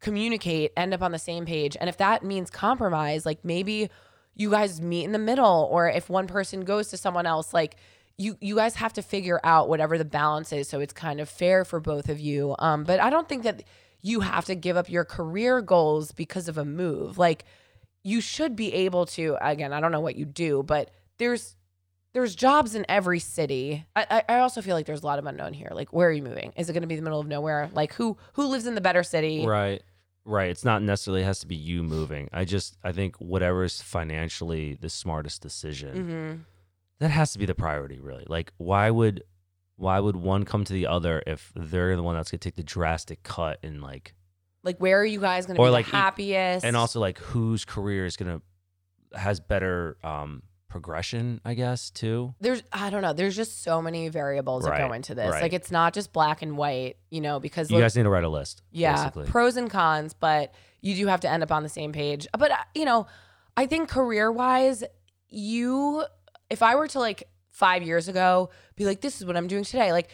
Speaker 2: communicate, end up on the same page, and if that means compromise, like maybe you guys meet in the middle, or if one person goes to someone else, like you you guys have to figure out whatever the balance is, so it's kind of fair for both of you. Um, but I don't think that you have to give up your career goals because of a move. Like you should be able to again, I don't know what you do, but there's there's jobs in every city. I, I I also feel like there's a lot of unknown here. Like where are you moving? Is it gonna be the middle of nowhere? Like who who lives in the better city?
Speaker 1: Right. Right. It's not necessarily has to be you moving. I just I think whatever is financially the smartest decision,
Speaker 2: hmm
Speaker 1: that has to be the priority, really. Like why would why would one come to the other if they're the one that's gonna take the drastic cut and like
Speaker 2: Like where are you guys gonna
Speaker 1: Or
Speaker 2: be
Speaker 1: like e-
Speaker 2: the happiest?
Speaker 1: and also like whose career is gonna has better um progression, I guess, too.
Speaker 2: there's I don't know, there's just so many variables that go
Speaker 1: Right,
Speaker 2: into this.
Speaker 1: right.
Speaker 2: Like it's not just black and white, you know, because
Speaker 1: You
Speaker 2: look-
Speaker 1: guys need to write a list.
Speaker 2: Yeah,
Speaker 1: Basically.
Speaker 2: pros and cons, but you do have to end up on the same page. But uh, you know, I think career wise, you if I were to like five years ago be like, this is what I'm doing today, like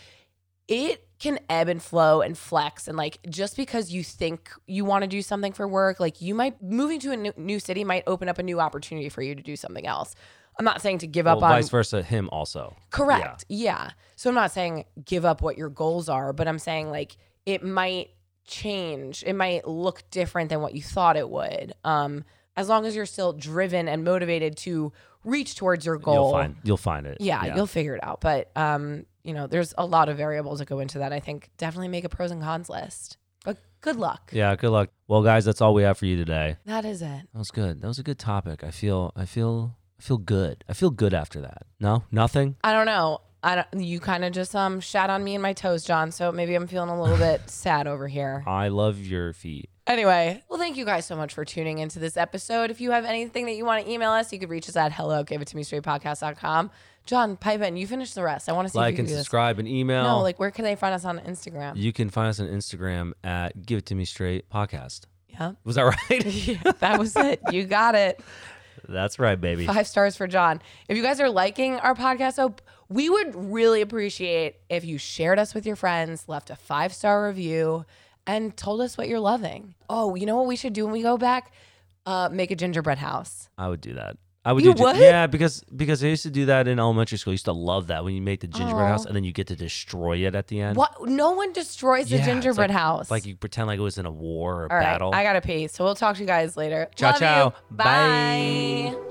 Speaker 2: it can ebb and flow and flex and like just because you think you want to do something for work like you might moving to a new, new city might open up a new opportunity for you to do something else i'm not saying to give
Speaker 1: Well,
Speaker 2: up on
Speaker 1: vice versa, him also.
Speaker 2: Correct. Yeah. So I'm not saying give up what your goals are, but I'm saying like it might change. It might look different than what you thought it would. Um, as long as you're still driven and motivated to reach towards your goal.
Speaker 1: You'll find you'll find it.
Speaker 2: Yeah, you'll figure it out. But um, you know, there's a lot of variables that go into that. I think definitely make a pros and cons list. But good luck.
Speaker 1: Yeah, good luck. Well, guys, that's all we have for you today.
Speaker 2: That is it.
Speaker 1: That was good. That was a good topic. I feel I feel I feel good. I feel good after that. No? Nothing?
Speaker 2: I don't know. I don't, you kind of just um shat on me and my toes, John. So maybe I'm feeling a little bit sad over here.
Speaker 1: I love your feet.
Speaker 2: Anyway, well, thank you guys so much for tuning into this episode. If you have anything that you want to email us, you could reach us at hello, give it to me straight podcast.com. John, pipe in. You finish the rest. I want to see if
Speaker 1: Like
Speaker 2: you can
Speaker 1: and
Speaker 2: do this.
Speaker 1: subscribe and email.
Speaker 2: No, like where can they find us on Instagram?
Speaker 1: you can find us on Instagram at Give It To Me Straight Podcast.
Speaker 2: Yeah.
Speaker 1: Was that right?
Speaker 2: yeah. That was it. You got it.
Speaker 1: That's right, baby.
Speaker 2: Five stars for John. If you guys are liking our podcast, so we would really appreciate if you shared us with your friends, left a five star review, and told us what you're loving. Oh, you know what we should do when we go back? Uh, make a gingerbread house.
Speaker 1: I would do that. I would
Speaker 2: You
Speaker 1: do gi-
Speaker 2: would?
Speaker 1: Yeah, because because I used to do that in elementary school. I used to love that when you make the gingerbread
Speaker 2: Aw.
Speaker 1: house and then you get to destroy it at the end.
Speaker 2: What? No one destroys the
Speaker 1: Yeah, it's
Speaker 2: gingerbread
Speaker 1: like-
Speaker 2: house.
Speaker 1: Like you pretend like it was in a war or
Speaker 2: All right,
Speaker 1: battle.
Speaker 2: I gotta pee, so we'll talk to you guys later.
Speaker 1: Ciao,
Speaker 2: Love you.
Speaker 1: ciao.
Speaker 2: Bye.
Speaker 1: Bye.